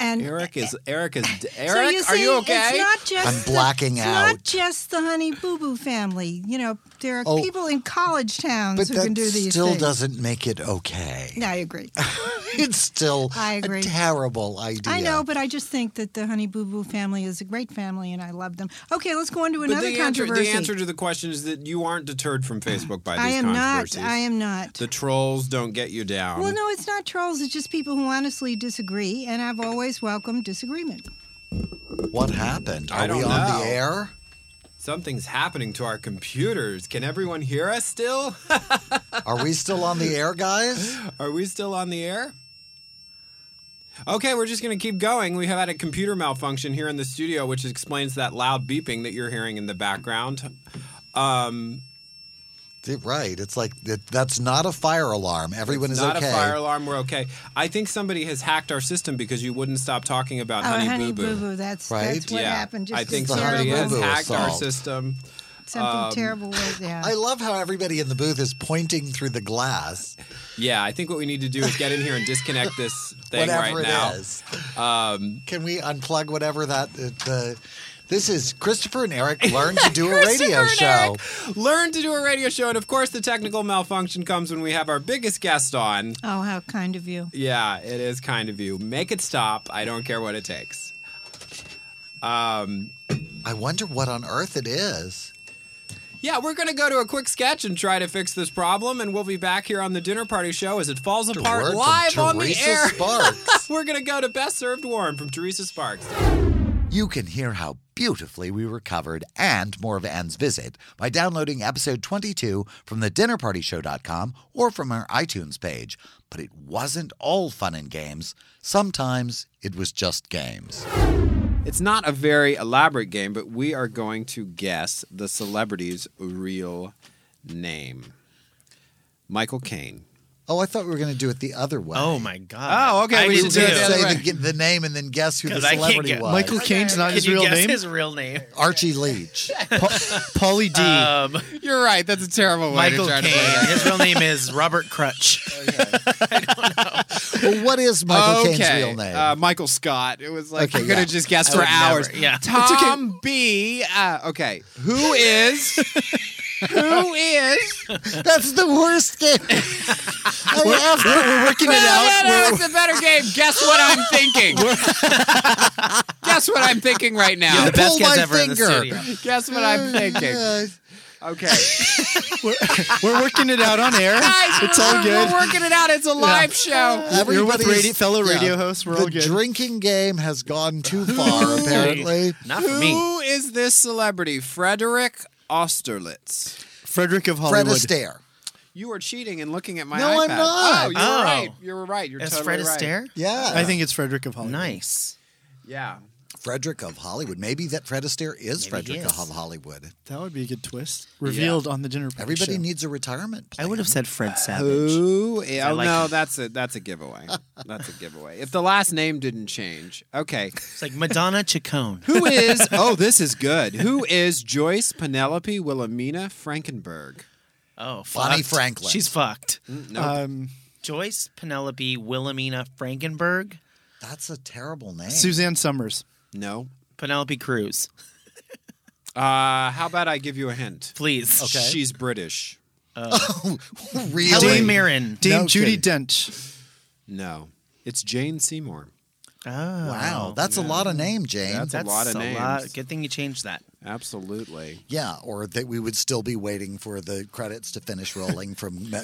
F: and
A: Eric is Eric is Eric.
F: so you
A: are
F: see,
A: you okay?
F: It's not just
B: I'm
F: the-
B: blacking
F: it's
B: out.
F: Not just the Honey Boo Boo family. You know, there are
B: Oh,
F: people in college towns
B: But
F: who
B: that
F: can do these
B: still
F: things.
B: doesn't make it okay.
F: No, I agree.
B: It's still
F: I agree.
B: a terrible idea.
F: I know, but I just think that the Honey Boo Boo family is a great family, and I love them. Okay, let's go on to another
A: but the answer,
F: controversy.
A: the answer to the question is that you aren't deterred from Facebook by these
F: I am not.
A: controversies.
F: I am not.
A: The trolls don't get you down.
F: well, no, it's not trolls. It's just people who honestly disagree, and I've always welcomed disagreement.
B: What happened? Are
A: I don't
B: we
A: know.
B: on the air?
A: Something's happening to our computers. Can everyone hear us still?
B: Are we still on the air, guys?
A: Are we still on the air? Okay, we're just going to keep going. We have had a computer malfunction here in the studio, which explains that loud beeping that you're hearing in the background. Um,
B: Th- Right. It's like that, that's not a fire alarm. Everyone
A: it's
B: is
A: not
B: okay.
A: a fire alarm. We're okay. I think somebody has hacked our system because you wouldn't stop talking about
F: Oh,
A: Honey,
F: Honey
A: Boo Boo.
F: Boo Boo, that's- that's what happened, just
A: I think
F: this
A: somebody
F: terrible-
A: has
F: The Honey Boo Boo
A: hacked our
B: assault.
A: system.
F: Something
A: Um,
F: terrible was there.
B: I love how everybody in the booth is pointing through the glass.
A: Yeah, I think what we need to do is get in here and disconnect this thing
B: Whatever
A: right
B: it
A: now.
B: is.
A: Um,
B: Can we unplug whatever that uh, the this is Christopher and Eric learn to do a radio
A: Christopher
B: show.
A: and Eric learn to do a radio show, and of course, the technical malfunction comes when we have our biggest guest on.
F: Oh, how kind of you.
A: Yeah, it is kind of you. Make it stop. I don't care what it takes. Um,
B: I wonder what on earth it is.
A: Yeah, we're going to go to a quick sketch and try to fix this problem, and we'll be back here on the dinner party show as it falls apart
B: word from
A: live on the
B: Teresa
A: air.
B: Sparks.
A: we're going to go to Best Served Warm from Teresa Sparks.
B: You can hear how beautifully we recovered and more of Anne's visit by downloading episode 22 from the dinnerpartyshow.com or from our iTunes page. But it wasn't all fun and games. Sometimes it was just games.
A: It's not a very elaborate game, but we are going to guess the celebrity's real name. Michael Caine.
B: Oh, I thought we were going to do it the other way.
A: Oh,
P: my
A: God. Oh, okay, we should do it the other
B: Say
A: way.
B: the, get the name and then guess who the
P: 'Cause I can't
B: celebrity
P: get-
B: was.
P: Michael Caine's not Can his you real guess name? his real name?
B: Archie Leach.
P: Paulie D.
A: You're right. That's a terrible
B: way to
P: Um, Michael
B: try to
P: Caine.
B: play that.
P: His real name is Robert Crutch.
B: well, what is Michael Caine's
A: okay.
B: real name?
A: Uh, Michael Scott. It was like
B: Okay,
A: I could
B: yeah.
A: have just guessed
B: I
A: for
B: would never-
A: hours.
B: yeah.
A: Tom B. Uh, okay, who is? who is?
B: That's the worst game. I
A: We're-
B: have to-
A: we're
B: working
A: no,
B: it out.
A: No, no,
B: We're-
A: it's a better game. Guess what I'm thinking. Guess what I'm thinking right now.
P: You're the best Pull guys my ever in the finger. studio.
A: Guess what I'm thinking. Okay.
P: We're working it out on air.
A: Guys,
P: it's
A: we're-
P: all good.
A: We're working it out. It's a live show.
P: You're with
B: Everybody's-
P: radio- fellow radio hosts, we're
B: the
P: all good.
B: drinking game has gone too far, apparently.
A: Who is this celebrity? Frederick Austerlitz.
P: Frederick of
B: Fred
P: Hollywood.
B: Astaire.
A: You are cheating and looking at my
B: No,
A: iPad.
B: I'm not.
A: Oh, you're
P: Oh.
A: right. You're right. You're
P: It's
A: totally
P: Fred
A: right.
P: Astaire?
B: Yeah.
P: I think it's Frederick of Hollywood. Nice.
A: Yeah.
B: Frederick of Hollywood. Maybe that Fred Astaire is
H: Maybe
B: Frederick
H: he is.
B: of Hollywood.
H: That would be a good twist. Revealed on the dinner party.
B: Everybody
H: show.
B: needs a retirement
T: I would have said Fred Savage.
A: Who?
T: I
A: Yeah, oh,
T: like-
A: no, that's a that's a giveaway. That's a giveaway. If the last name didn't change, okay.
T: It's like Madonna Chacon.
A: Who is? Oh, this is good. Who is Joyce Penelope Wilhelmina Frankenberg?
T: Oh,
A: Bonnie
T: fucked.
A: Franklin.
T: She's fucked.
A: Mm, nope. Um,
T: Joyce Penelope Wilhelmina Frankenberg.
B: That's a terrible name.
H: Suzanne Summers.
A: No.
T: Penelope Cruz.
A: Uh, how about I give you a hint?
T: Please.
H: Okay.
A: She's British.
T: Oh,
B: really?
T: Helen Mirren.
H: Dame
A: No
H: Judy
A: kidding.
H: Dench.
A: No. It's Jane Seymour.
T: Oh.
B: Wow, that's a lot of name, Jane.
A: That's, a lot of names.
T: Good thing you changed that.
A: Absolutely.
B: Yeah, or that we would still be waiting for the credits to finish rolling from. Me-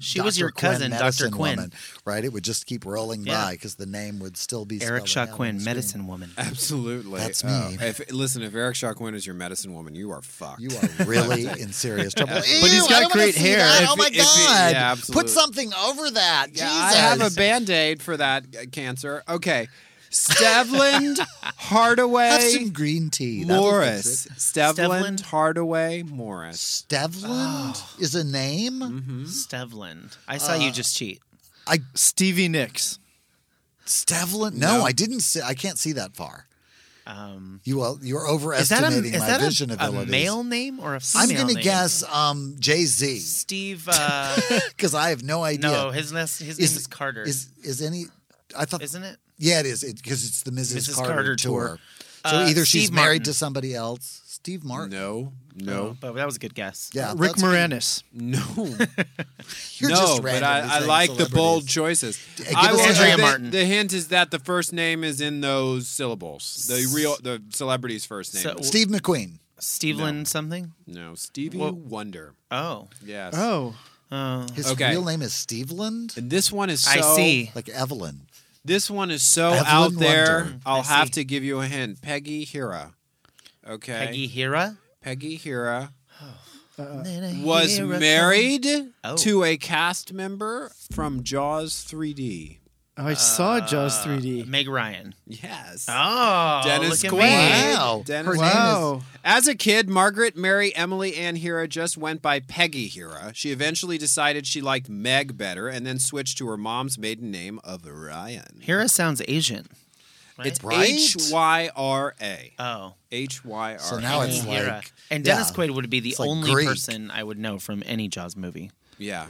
T: She was
B: Dr.
T: your
B: Quinn,
T: cousin, Dr.
B: Medicine
T: Quinn.
B: Woman, right? It would just keep rolling
T: Yeah.
B: by because the name would still be
T: Eric Shaw
B: spelled out on
T: Quinn,
B: the screen.
T: medicine woman.
A: Absolutely.
B: That's
A: Oh,
B: me.
A: if, listen, if Eric Shockwin is your medicine woman, you are fucked. You
B: are really in serious trouble.
A: But
B: Ew, I don't wanna see that. oh my god!
A: yeah,
B: Put
A: absolutely.
B: something over that.
A: Yeah, I
B: Jesus.
A: have a band aid for that uh, cancer. Okay. Stevland Hardaway.
B: Have some green tea. That'll
A: Morris.
B: fix it.
A: Stevland, Hardaway Morris. Mm-hmm.
B: Stevland is a name.
T: Stevland. I saw
B: Uh,
T: you just cheat.
B: I
H: Stevie Nicks.
B: Stevland? No,
T: No.
B: I didn't. See, I can't see that far.
T: Um,
B: You are you're
T: is that a,
B: overestimating
T: is
B: my
T: that a-
B: vision
T: a,
B: abilities.
T: male name or a
B: I'm
T: female
B: going to
T: name?
B: guess um, Jay Z
T: Steve. Uh,
B: because I have no idea.
T: no, his, nas- his name is Carter.
B: Is is any? I thought
T: Isn't it?
B: Yeah, it is because it's the Mrs.
T: Mrs.
B: Carter,
T: Carter
B: tour.
T: tour.
B: So
T: Uh,
B: either she's
T: Steve
B: married
T: Martin.
B: to somebody else. Steve Martin.
A: No,
T: Oh, but that was a good guess.
B: Yeah,
H: Rick
B: that's good.
H: Moranis.
A: No.
B: You're
A: no,
B: just
A: but
B: randomly
A: I, I
B: saying
A: like the bold
B: celebrities.
A: choices.
B: D- give
A: I
B: us a
T: Andrea
A: the,
T: Martin.
A: The hint is that the first name is in those syllables. The real, the celebrity's first name.
T: So-
B: Steve McQueen.
T: Stevelin something?
A: no, Stevie
T: Well-
A: Wonder.
T: Oh.
A: Yes.
H: Oh.
T: Oh.
B: His
A: Okay.
B: real name is Steveland.
A: And this one is so.
T: I see.
B: Like Evelyn.
A: This one is so
B: Evelyn
A: out there.
B: Wonder.
A: I'll
T: Mm, I see.
A: have to give you a hint. Peggy Hira. Okay.
T: Peggy Hira?
A: Peggy Hira
T: Uh,
A: was
T: Hira
A: married
T: Oh.
A: to a cast member from Jaws 3D.
B: Oh,
H: I saw Jaws 3D.
T: Meg Ryan.
A: Yes.
T: Oh.
A: Dennis
T: look at
A: Quaid.
T: me.
B: Wow.
A: Dennis
B: Her name
H: Wow.
A: As a kid, Margaret, Mary, Emily, and Hira just went by Peggy Hira. She eventually decided she liked Meg better and then switched to her mom's maiden name of Ryan.
T: Hira sounds Asian.
A: It's
B: Right?
A: H Y R A.
T: Oh.
A: H Y R E. A.
B: So now it's
T: Hira.
B: like
T: and Dennis
B: yeah.
T: Quaid would be the
B: It's like
T: only
B: Greek.
T: person I would know from any Jaws movie.
A: Yeah.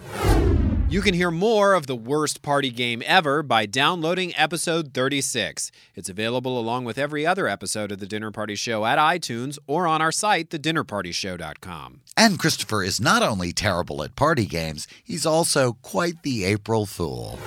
A: You can hear more of the worst party game ever by downloading episode 36. It's available along with every other episode of The Dinner Party Show at iTunes or on our site, thedinnerpartyshow.com.
B: And Christopher is not only terrible at party games, he's also quite the April Fool.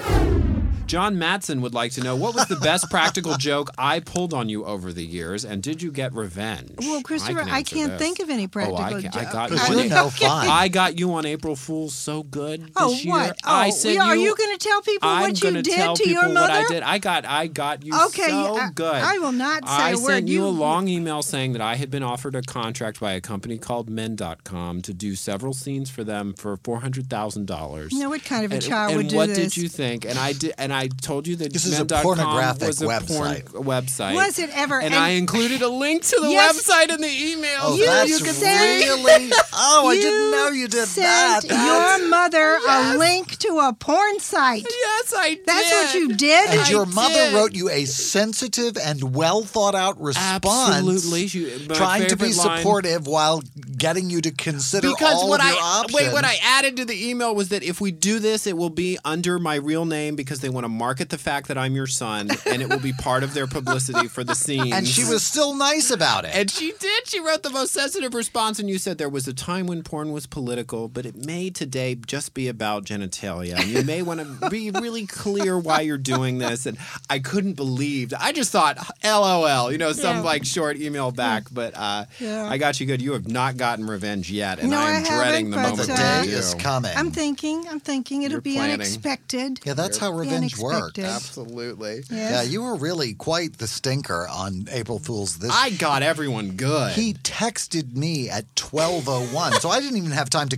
A: John Matson would like to know what was the best practical joke I pulled on you over the years, and did you get revenge?
F: Well, Christopher, I,
A: answer
F: can't
A: this.
F: think of any
A: Oh,
F: practical
A: I, ca-
F: joke.
A: I got you.
B: Because
A: on
B: you're
A: A-
B: no fun.
A: I got you on April Fool's so good this
F: Oh,
A: year.
F: what? Oh,
A: I said
F: yeah, are
A: you
F: you going to tell people
A: I'm
F: what you
A: gonna tell
F: did to
A: people
F: your mother?
A: What I did. I got I got you
F: Okay,
A: so
F: I-
A: good.
F: I will not say
A: I
F: a
A: sent
F: word.
A: you a
F: You-
A: long email saying that I had been offered a contract by a company called Men.com to do several scenes for them for four hundred thousand dollars.
F: No, what kind of a
A: and,
F: child
A: and
F: would do
A: what
F: this?
A: did you think? And I did, and I told you that
B: This is a
A: men.com
B: pornographic
A: was a
B: website.
A: Porn website.
F: Was it ever?
A: And, I included a link to the
F: Yes.
A: website in the email.
B: Oh,
A: so
B: that's
A: you could
F: send-
B: really. Oh, I didn't
F: You
B: know you did that.
F: sent your mother a link to a porn site.
A: Yes, I did.
F: That's what you did.
B: and your
A: I
B: mother
A: did.
B: wrote you a sensitive and well thought out response.
A: Absolutely. She- my
B: Trying to be
A: favorite line-
B: supportive while getting you to consider
A: because
B: all
A: what
B: of
A: I
B: your options.
A: wait, what I added to the email was that if we do this, it will be under my real name because they want to market the fact that I'm your son, and it will be part of their publicity for the scene.
B: and she was still nice about it.
A: And she did. She wrote the most sensitive response, and you said there was a time when porn was political, but it may today just be about genitalia. And you may want to be really clear why you're doing this. And I couldn't believe. I just thought, LOL, you know, some
F: Yeah.
A: like short email back. But uh,
F: Yeah.
A: I got you good. You have not gotten revenge yet, and
F: No,
A: I
F: I
A: am
F: haven't,
A: dreading the
F: but,
A: moment
F: uh,
A: when
B: Day
A: you
B: is
A: do.
B: coming.
F: I'm thinking. I'm thinking it'll
A: You're
F: be
A: planning.
F: unexpected.
B: yeah, that's how revenge much work.
F: unexpected.
B: Absolutely.
F: Yeah.
B: Yeah, you were really quite the stinker on April Fool's this.
N: I got everyone good.
B: He texted me at 12:01. so I didn't even have time to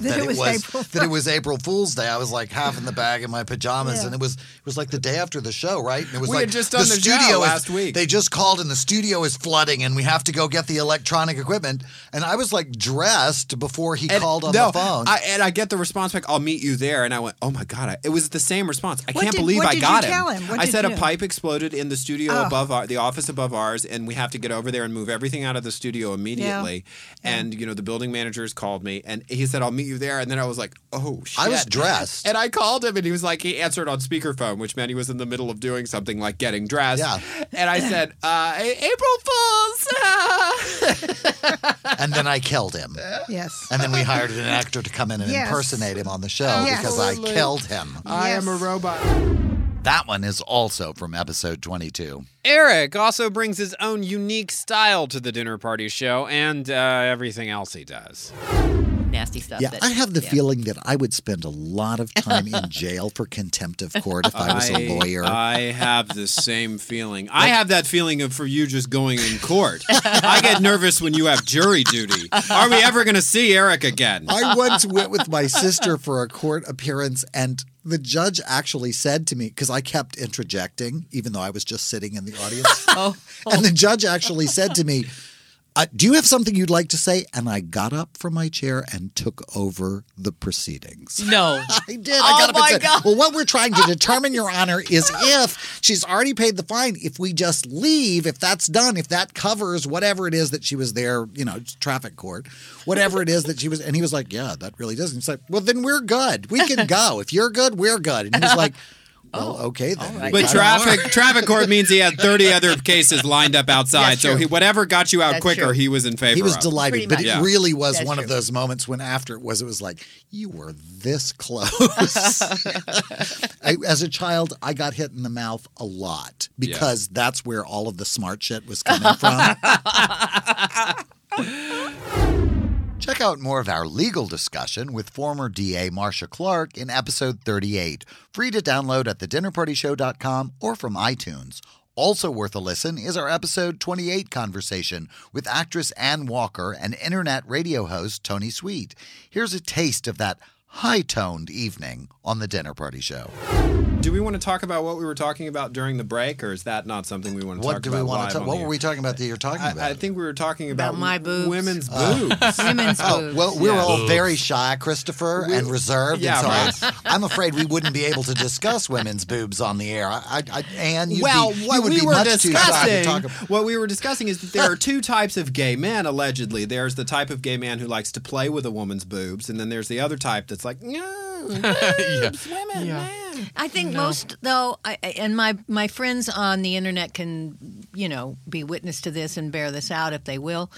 N: That
B: that
N: it
B: it
N: was
B: was
N: April
B: that it was April Fool's Day. I was like half in the bag in my pajamas
N: Yeah.
B: and it was it was like the day after the show, right? And it was
N: We
B: like
N: had just done the show
B: studio is-
N: last week.
B: They just called and the studio is flooding and we have to go get the electronic equipment and I was like dressed before he
N: And-
B: called on
N: no,
B: the phone.
N: I, and I get the response back, I'll meet you there. And I went, oh my God. I, it was the same response. I
B: What
N: can't
B: did-
N: believe
B: what
N: I
B: did
N: got
B: you tell him? What
N: I
B: did
N: said
B: you-
N: a pipe exploded in the studio
B: Oh.
N: above our, the office above ours, and we have to get over there and move everything out of the studio immediately. And, you know, the building managers called me and he said, I'll meet you there. And then I was like, oh shit.
B: I was dressed.
N: And I called him and he was like, he answered on speakerphone, which meant he was in the middle of doing something like getting dressed. Yeah. And I said, uh, A- April Fools. ah."
B: and then I killed him.
F: Yes.
B: And then we hired an actor to come in and
F: Yes.
B: impersonate him on the show because I
N: Absolutely.
B: killed him.
N: I am a robot.
B: That one is also from episode 22.
A: Eric also brings his own unique style to the dinner party show and uh, everything else he does.
U: Nasty stuff.
B: Yeah, I have the feeling that I would spend a lot of time in jail for contempt of court if I was a lawyer.
A: I have the same feeling. I have that feeling of for you just going in court. I get nervous when you have jury duty. Are we ever going to see Eric again?
B: I once went with my sister for a court appearance, and the judge actually said to me, because I kept interjecting, even though I was just sitting in the audience. And the judge actually said to me, uh, Do you have something you'd like to say? And I got up from my chair and took over the proceedings.
U: No.
B: I
T: Oh
B: did. I got up and said, Well, what we're trying to determine, Your Honor, is if she's already paid the fine, if we just leave, if that's done, if that covers whatever it is that she was there, you know, traffic court, whatever it is that she was. And he was like, Yeah, that really doesn't. He's like, Well, then we're good. We can go. If you're good, we're good. And he was like, Well, okay then. We
A: Oh. But
B: got an
A: traffic
B: order."
A: traffic court means he had 30 other cases lined up outside. so
B: true.
A: he, whatever got you out
B: That's
A: quicker,
B: true.
A: he was in favor
B: He was
A: of.
B: delighted, but it really was
A: That's
B: one of
A: true.
B: those moments when after it was, it was like, you were this close. I, as a child, I got hit in the mouth a lot because that's where all of the smart shit was coming from. Check out more of our legal discussion with former DA Marsha Clark in episode 38, free to download at thedinnerpartyshow.com or from iTunes. Also worth a listen is our episode 28 conversation with actress Ann Walker and internet radio host Tony Sweet. Here's a taste of that high toned evening on The Dinner Party Show.
A: Do we want to talk about what we were talking about during the break, or is that not something we want to
B: What
A: talk
B: do
A: about?
B: we want
A: live
B: to talk?
A: on
B: What
A: the
B: were
A: air?
B: we talking about that you're talking about?
A: I, I think we were talking about,
B: my boobs.
A: women's
B: Oh.
A: boobs.
B: Oh, well, we were all
A: Boobs.
B: very shy, Christopher, and reserved.
A: Yeah,
B: and so I, am afraid we wouldn't be able to discuss women's boobs on the air. I, I, I, Anne, you'd
A: well,
B: be,
A: what
B: you would
A: we
B: be
A: were
B: much too shy to
A: discussing,
B: talk about.
A: what we were discussing is that there are two types of gay men. Allegedly, there's the type of gay man who likes to play with a woman's boobs, and then there's the other type that's like, yeah.
V: women, I think
A: No.
V: most though, I, I- and my my friends on the internet can, you know, be witness to this and bear this out if they will.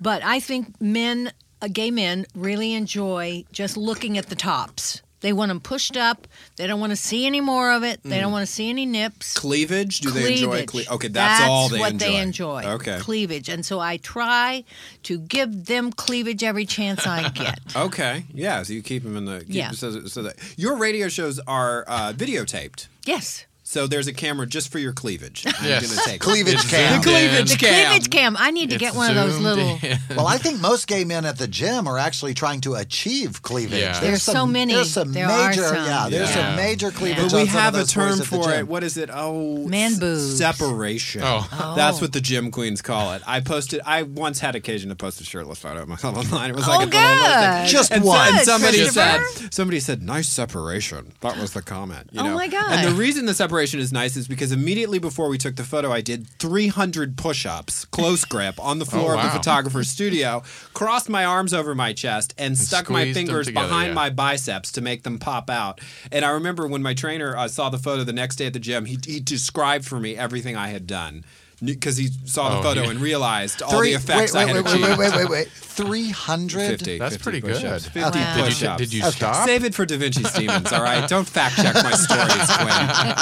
V: But I think men, uh, gay men, really enjoy just looking at the tops. They want them pushed up. They don't want to see any more of it. They
A: Mm.
V: don't want to see any nips.
A: cleavage. Do they enjoy?
V: Cleavage.
A: Cle- okay, that's, all they
V: what
A: enjoy.
V: they enjoy.
A: Okay.
V: cleavage. And so I try to give them cleavage every chance I get.
A: Okay. Yeah. So you keep them in the. Keep,
V: Yeah.
A: So, so that your radio shows are uh, videotaped.
V: Yes.
A: So there's a camera just for your cleavage. I'm
B: Yes.
A: gonna take it.
B: Cleavage
A: It's
B: cam.
A: The cleavage
V: The
A: cam.
V: cleavage cam. I need to get one of those little.
B: Well, I think most gay men at the gym are actually trying to achieve cleavage.
A: Yeah.
V: There's so many.
B: There's some
V: There are
B: major,
V: some.
B: yeah. There's
A: Yeah.
B: some major cleavage.
A: But we
B: on some of
A: have a
B: those boys
A: term
B: at the
A: for
B: gym.
A: it. What is it? Oh,
V: man boobs.
A: Separation.
V: Oh. Oh.
A: That's what the gym queens call it. I posted. I once had occasion to post a shirtless photo of myself online. It was like a
V: Oh,
A: little little thing.
V: good. Just
A: and so-
V: one.
A: and
V: Good,
A: somebody said.
V: Christopher.
A: Somebody said, "Nice separation." That was the comment. You
V: Oh,
A: know?
V: my God.
A: And the reason the separation is nice is because immediately before we took the photo, I did 300 push-ups, close grip, on the floor
N: Oh,
A: of
N: wow.
A: the photographer's studio, crossed my arms over my chest, and, stuck my
N: squeezed them
A: fingers
N: together,
A: behind
N: yeah.
A: my biceps to make them pop out. And I remember when my trainer uh, saw the photo the next day at the gym, he, he described for me everything I had done because he saw
N: Oh,
A: the photo
N: yeah.
A: and realized all
N: Three-
A: the effects
N: wait,
A: I had
N: wait, wait,
A: achieved.
N: wait, wait, wait, wait.
B: 300?
A: 50,
N: That's
A: 50
N: pretty good.
A: push-ups.
N: 50
A: Wow.
N: Did you-
A: push-ups.
N: did you Okay. stop?
A: Save it for Da Vinci Stevens, all right? Don't fact check my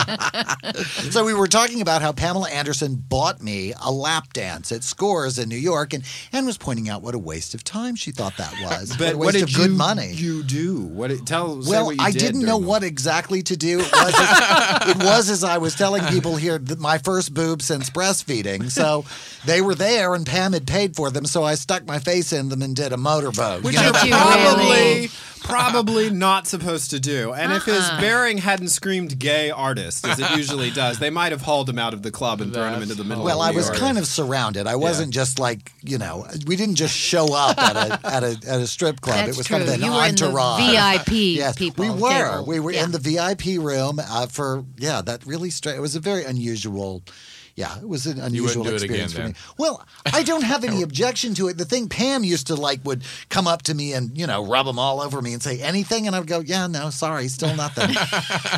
A: stories, Quinn.
B: so we were talking about how Pamela Anderson bought me a lap dance at Scores in New York, and and was pointing out what a waste of time she thought that was.
A: But
B: a
A: what
B: waste
A: did
B: of good
A: you-
B: money.
A: You do what? It, tell. say
B: well,
A: what you
B: I
A: did
B: didn't
A: during
B: know
A: the-
B: what exactly to do. It was, as, it was as I was telling people here that my first boob since breastfeeding. So they were there, and Pam had paid for them. So I stuck my face in them and did a motorboat.
A: Which
B: You know,
A: you're
B: that-
A: probably, probably not supposed to do. And if his
B: Uh-uh.
A: bearing hadn't screamed "gay artist" as it usually does, they might have hauled him out of the club and thrown him into the middle.
B: Well,
A: of
B: I
A: New
B: was
A: York.
B: kind of surrounded. I wasn't just like you know. We didn't just show up at a at a, at a strip club.
V: That's
B: it was
V: true.
B: kind of an
V: You were in the
B: entourage.
V: VIP
B: yes,
V: people
B: We were.
V: table.
B: We were in the VIP room uh, for yeah. That really straight. It was a very unusual. Yeah, it was an
U: You wouldn't
B: unusual
U: do it
B: experience
U: again,
B: for me. Well, I don't have any objection to it. The thing Pam used to like would come up to me and you know rub them all over me and say anything, and I would go, yeah, no, sorry, still nothing.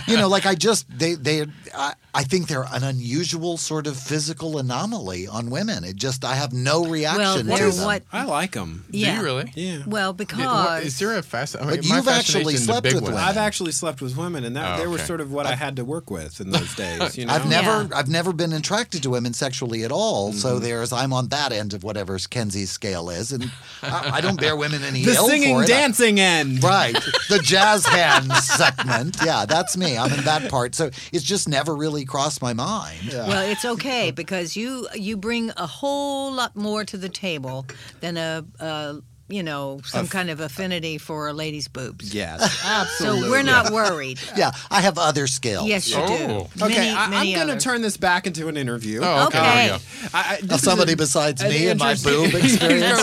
B: you know, like I just they they I, I think they're an unusual sort of physical anomaly on women. It just I have no reaction
V: Well,
B: to
V: they're
B: them.
V: what-
A: I like them.
V: Do you Yeah.
A: really? Yeah.
V: Well, because
A: is there a fast?
B: mean, But my you've actually fascination's a slept big with one. women.
A: I've actually slept with women, and that
B: Oh,
A: they were
B: okay.
A: sort of what I had to work with in those days. You know,
B: I've never I've never been attracted to women sexually at all. So
A: Mhm.
B: there's I'm on that end of whatever Kenzie's scale is, and I, I don't bear women any
A: The
B: ill
A: singing,
B: for it. I-
A: dancing end,
B: right? The jazz hands segment. Yeah, that's me. I'm in that part. So it's just never really crossed my mind.
V: Well, it's okay because you you bring a whole lot more to the table than a, a you know some
B: Aff-
V: kind of affinity for a lady's boobs.
B: Yes,
V: So we're not worried.
B: Yeah, I have other skills.
V: Yes, you do. Oh.
A: Okay,
V: Many,
A: I,
V: many
A: am going
V: others.
A: to turn this back into an interview.
B: Oh, okay. Okay. There
A: I, I, this
B: Of
A: is
B: somebody
A: an-
B: besides
A: an
B: me and my
A: interesting-
B: boob experience.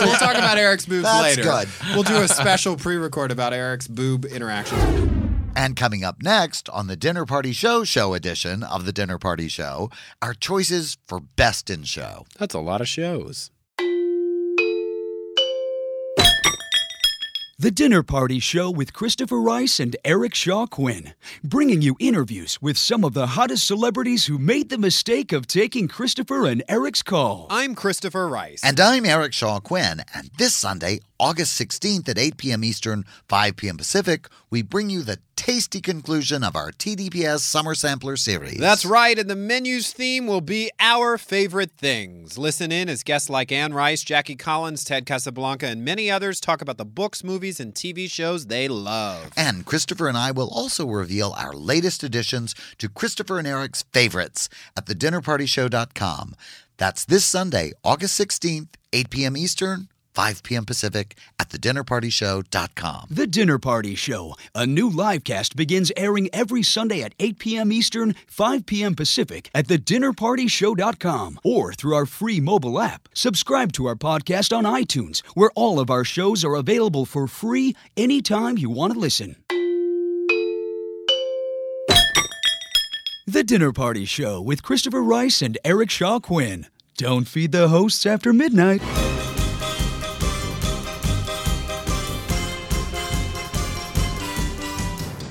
A: we'll talk about Eric's boobs
B: That's
A: later.
B: good.
A: We'll do a special pre-record about Eric's boob interactions.
B: And coming up next on the Dinner Party Show Show edition of the Dinner Party Show, our choices for best in show.
A: That's a lot of shows.
E: The Dinner Party Show with Christopher Rice and Eric Shaw Quinn, bringing you interviews with some of the hottest celebrities who made the mistake of taking Christopher and Eric's call.
A: I'm Christopher Rice.
B: And I'm Eric Shaw Quinn, and this Sunday, August 16th at 8 p.m. Eastern, 5 p.m. Pacific, we bring you the tasty conclusion of our TDPS Summer Sampler series.
A: That's right, and the menu's theme will be our favorite things. Listen in as guests like Anne Rice, Jackie Collins, Ted Casablanca, and many others talk about the books, movies, and TV shows they love.
B: And Christopher and I will also reveal our latest additions to Christopher and Eric's favorites at thedinnerpartyshow.com. That's this Sunday, August 16th, 8 p.m. Eastern, 5 p.m. Pacific at thedinnerpartyshow.com.
E: The Dinner Party Show, a new live cast begins airing every Sunday at 8 p.m. Eastern, 5 p.m. Pacific at thedinnerpartyshow.com or through our free mobile app. Subscribe to our podcast on iTunes, where all of our shows are available for free anytime you want to listen. The Dinner Party Show with Christopher Rice and Eric Shaw Quinn. Don't feed the hosts after midnight.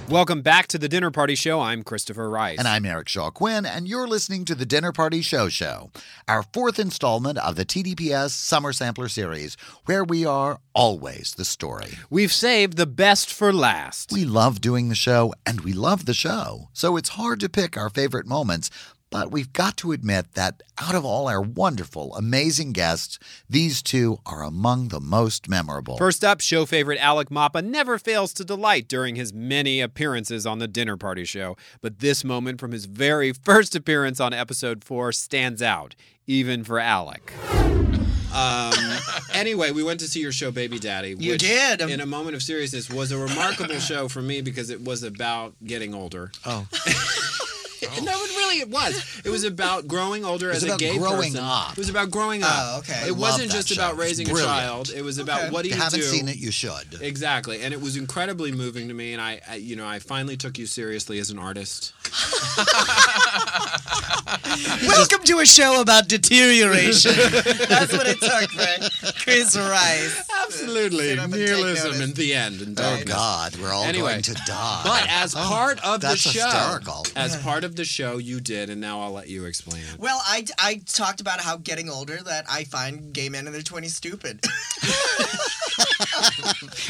A: Welcome back to the Dinner Party Show. I'm Christopher Rice.
B: And I'm Eric Shaw Quinn, and you're listening to the Dinner Party Show Show, our fourth installment of the TDPS Summer Sampler series, where we are always the story.
A: We've saved the best for last.
B: We love doing the show, and we love the show, so it's hard to pick our favorite moments. But we've got to admit that out of all our wonderful, amazing guests, these two are among the most memorable.
A: First up, show favorite Alec Mappa never fails to delight during his many appearances on the Dinner Party Show, but this moment from his very first appearance on episode four stands out, even for Alec. Um, anyway, we went to see your show, Baby Daddy.
W: You
A: which,
W: did.
A: In a moment of seriousness, was a remarkable show for me because it was about getting older.
B: Oh.
A: No, but really, it was. It was about growing older
B: It was
A: as
B: about
A: a gay
B: growing
A: person.
B: up.
A: It was about growing
B: Oh,
A: up.
B: okay. I
A: It
B: love
A: wasn't
B: that
A: just
B: show.
A: about
B: It's
A: raising a
B: brilliant.
A: child. It was about
B: Okay.
A: what do
B: If
A: you
B: you haven't
A: do-
B: seen it, you should.
A: Exactly, and it was incredibly moving to me. And I, I you know, I finally took you seriously as an artist.
W: Welcome to a show about deterioration. That's what it took for Chris Rice.
A: Absolutely.
B: Sit up and take
A: Nihilism
B: notice.
A: in the end. And
B: Oh
A: darkness.
B: God, we're all
A: Anyway.
B: going to die.
A: But as
B: Oh,
A: part of
B: that's
A: the show,
B: hysterical.
A: as part of the show, you did, and now I'll let you explain it.
L: Well, I, I talked about how getting older that I find gay men in their 20s stupid.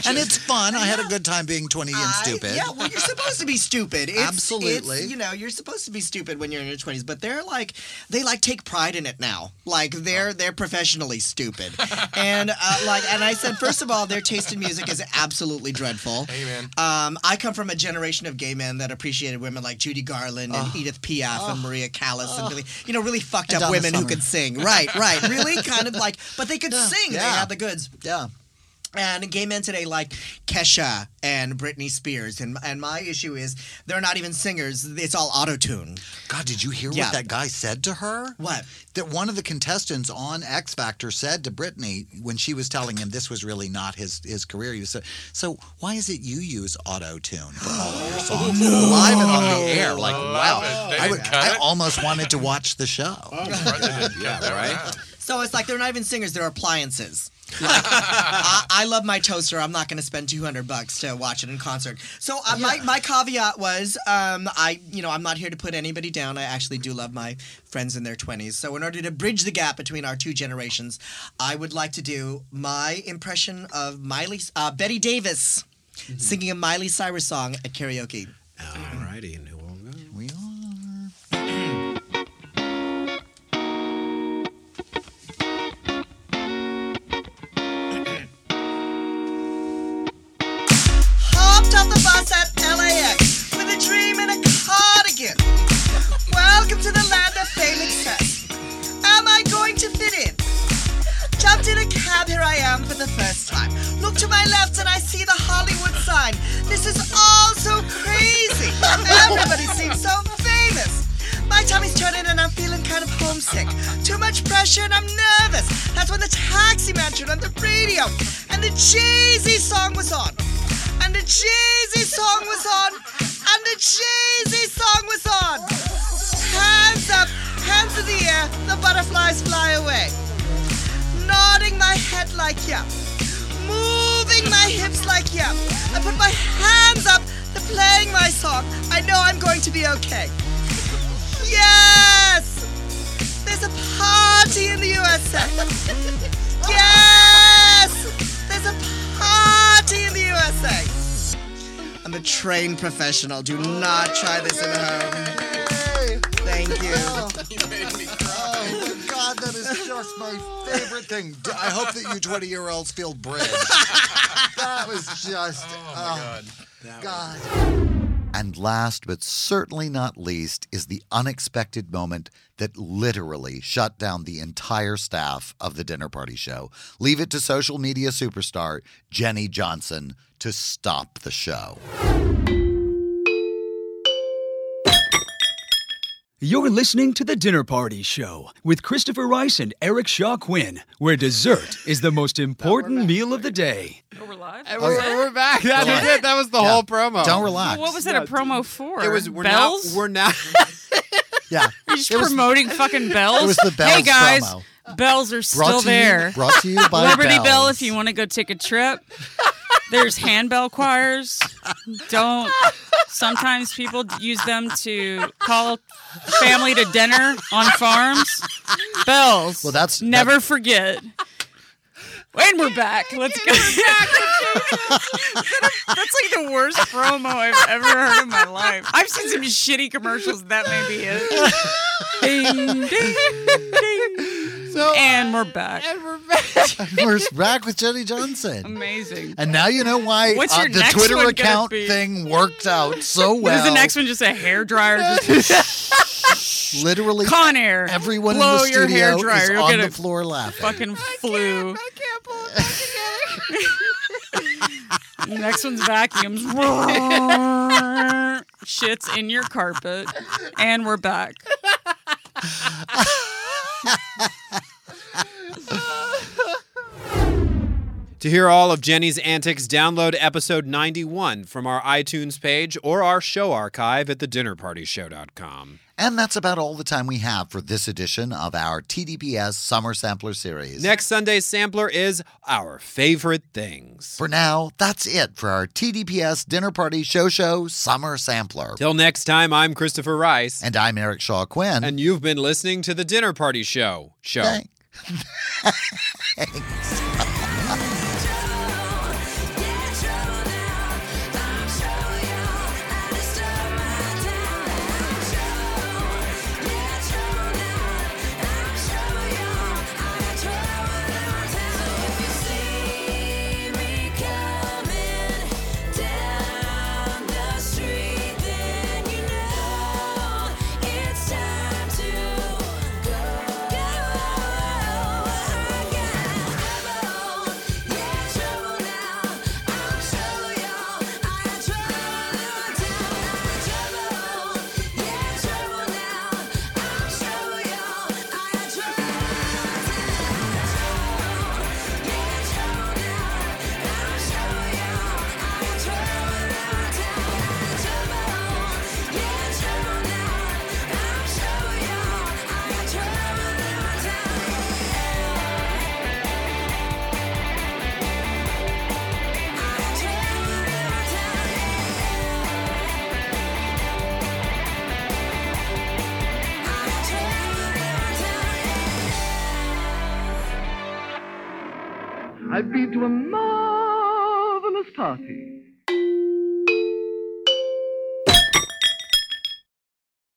B: and it's fun. I had a good time being 20 and stupid.
L: Yeah, well, you're supposed to be stupid. It's,
B: Absolutely.
L: it's, you know, you're supposed to be stupid when you're in your 20s, but they're like, they like take pride in it now. Like
B: Oh.
L: they're they're professionally stupid, and uh, like, and I said, first of all, their taste in music is absolutely dreadful. Amen. Um, I come from a generation of gay men that appreciated women like Judy Garland and
B: Oh.
L: Edith Piaf and
B: Oh.
L: Maria Callas and really, you know, really fucked
B: And
L: up
B: Donna
L: women who
B: Summer.
L: could sing. Right, right. Really kind of like, but they could
B: Yeah.
L: sing. They
B: Yeah.
L: had the goods. Yeah. And gay men today like Kesha and Britney Spears. And, and my issue is they're not even singers. It's all auto tune.
B: God, did you hear
L: Yeah.
B: what that guy said to her?
L: What?
B: That one of the contestants on X Factor said to Brittany when she was telling him this was really not his his career. He said, "So why is it you use auto tune for all of your songs live and on the air? Like, wow!
L: They
B: I, would,
L: didn't cut
B: I
L: Oh. it? Oh,
B: almost wanted to watch the show.
A: yeah, right.
L: So it's like they're not even singers, they're appliances. Like, I, I love my toaster. I'm not going to spend 200 bucks to watch it in concert. So uh, my, my caveat was, um, I you know I'm not here to put anybody down. I actually do love my friends in their 20s. So in order to bridge the gap between our two generations, I would like to do my impression of Miley uh, Betty Davis singing a Miley Cyrus song at karaoke.
A: Alrighty, and who will go?
B: We
L: hopped off the bus at LAX with a dream and a cardigan. Welcome to the land of fame and success. Am I going to fit in? Jumped in a cab, here I am for the first time. Look to my left and I see the Hollywood sign. This is all so crazy. Everybody seems so famous. My tummy's turning and I'm feeling kind of homesick. Too much pressure and I'm nervous. That's when the taxi man turned on the radio and the Jay-Z song was on. And the Jay-Z song was on. And the Jay-Z song was on. Hands up, hands in the air, the butterflies fly away. Nodding my head like yeah. Moving my hips like yeah. I put my hands up, they're playing my song. I know I'm going to be okay. Yes! There's a party in the USA. Yes! There's a party in the USA. I'm a trained professional. Do not try this at home. Thank you.
B: Oh God, that is just my favorite thing. I hope that you 20 year olds feel bridged. that was just. Oh, God.
T: And last but certainly not least is the unexpected moment that literally shut down the entire staff of the dinner party show. Leave it to social media superstar Jenny Johnson to stop the show.
E: You're listening to The Dinner Party Show with Christopher Rice and Eric Shaw Quinn, where dessert is the most important meal of the day.
C: We're live.
E: And we're- Oh, we're back. That was it. That was the whole promo. Don't relax.
C: What was that
E: No,
C: a promo for?
A: It was we're
C: bells.
A: not we're not
T: Yeah.
C: You're just
T: It was-
C: promoting fucking bells.
T: It was the
C: Hey
T: Bells
C: guys,
T: promo.
C: bells are still
T: to you-
C: there.
T: brought to you by
C: Liberty Bell.
T: Bells.
C: If you want to go take a trip, there's handbell choirs. Don't. Sometimes people use them to call family to dinner on farms. Bells. Well, that's never forget. And we're back. Let's go. That's like the worst promo I've ever heard in my life. I've seen some shitty commercials. That may be it. ding, ding, ding. and we're back. And we're back.
T: We're back with Jenny Johnson.
C: Amazing.
T: And now you know why
C: What's
T: uh,
C: your
T: the
C: next
T: Twitter
C: one gonna
T: account
C: be?
T: thing worked out so well.
C: Is the next one just a hair dryer? Just
T: Literally,
C: Con Air.
T: everyone
C: Blow
T: in the
C: your
T: studio
C: hair dryer.
T: is
C: You'll
T: on
C: get
T: the
C: a
T: floor laughing.
C: fucking flu. Next one's vacuums. Shits in your carpet, and we're back.
A: To hear all of Jenny's antics, download episode 91 from our iTunes page or our show archive at thedinnerpartyshow.com.
B: And that's about all the time we have for this edition of our TDPS Summer Sampler Series.
A: Next Sunday's sampler is our favorite things.
B: For now, that's it for our TDPS Dinner Party Show Show Summer Sampler.
A: Till next time, I'm Christopher Rice.
B: And I'm Eric Shaw Quinn.
A: And you've been listening to The Dinner Party Show. Show.
X: I've been to a marvelous party.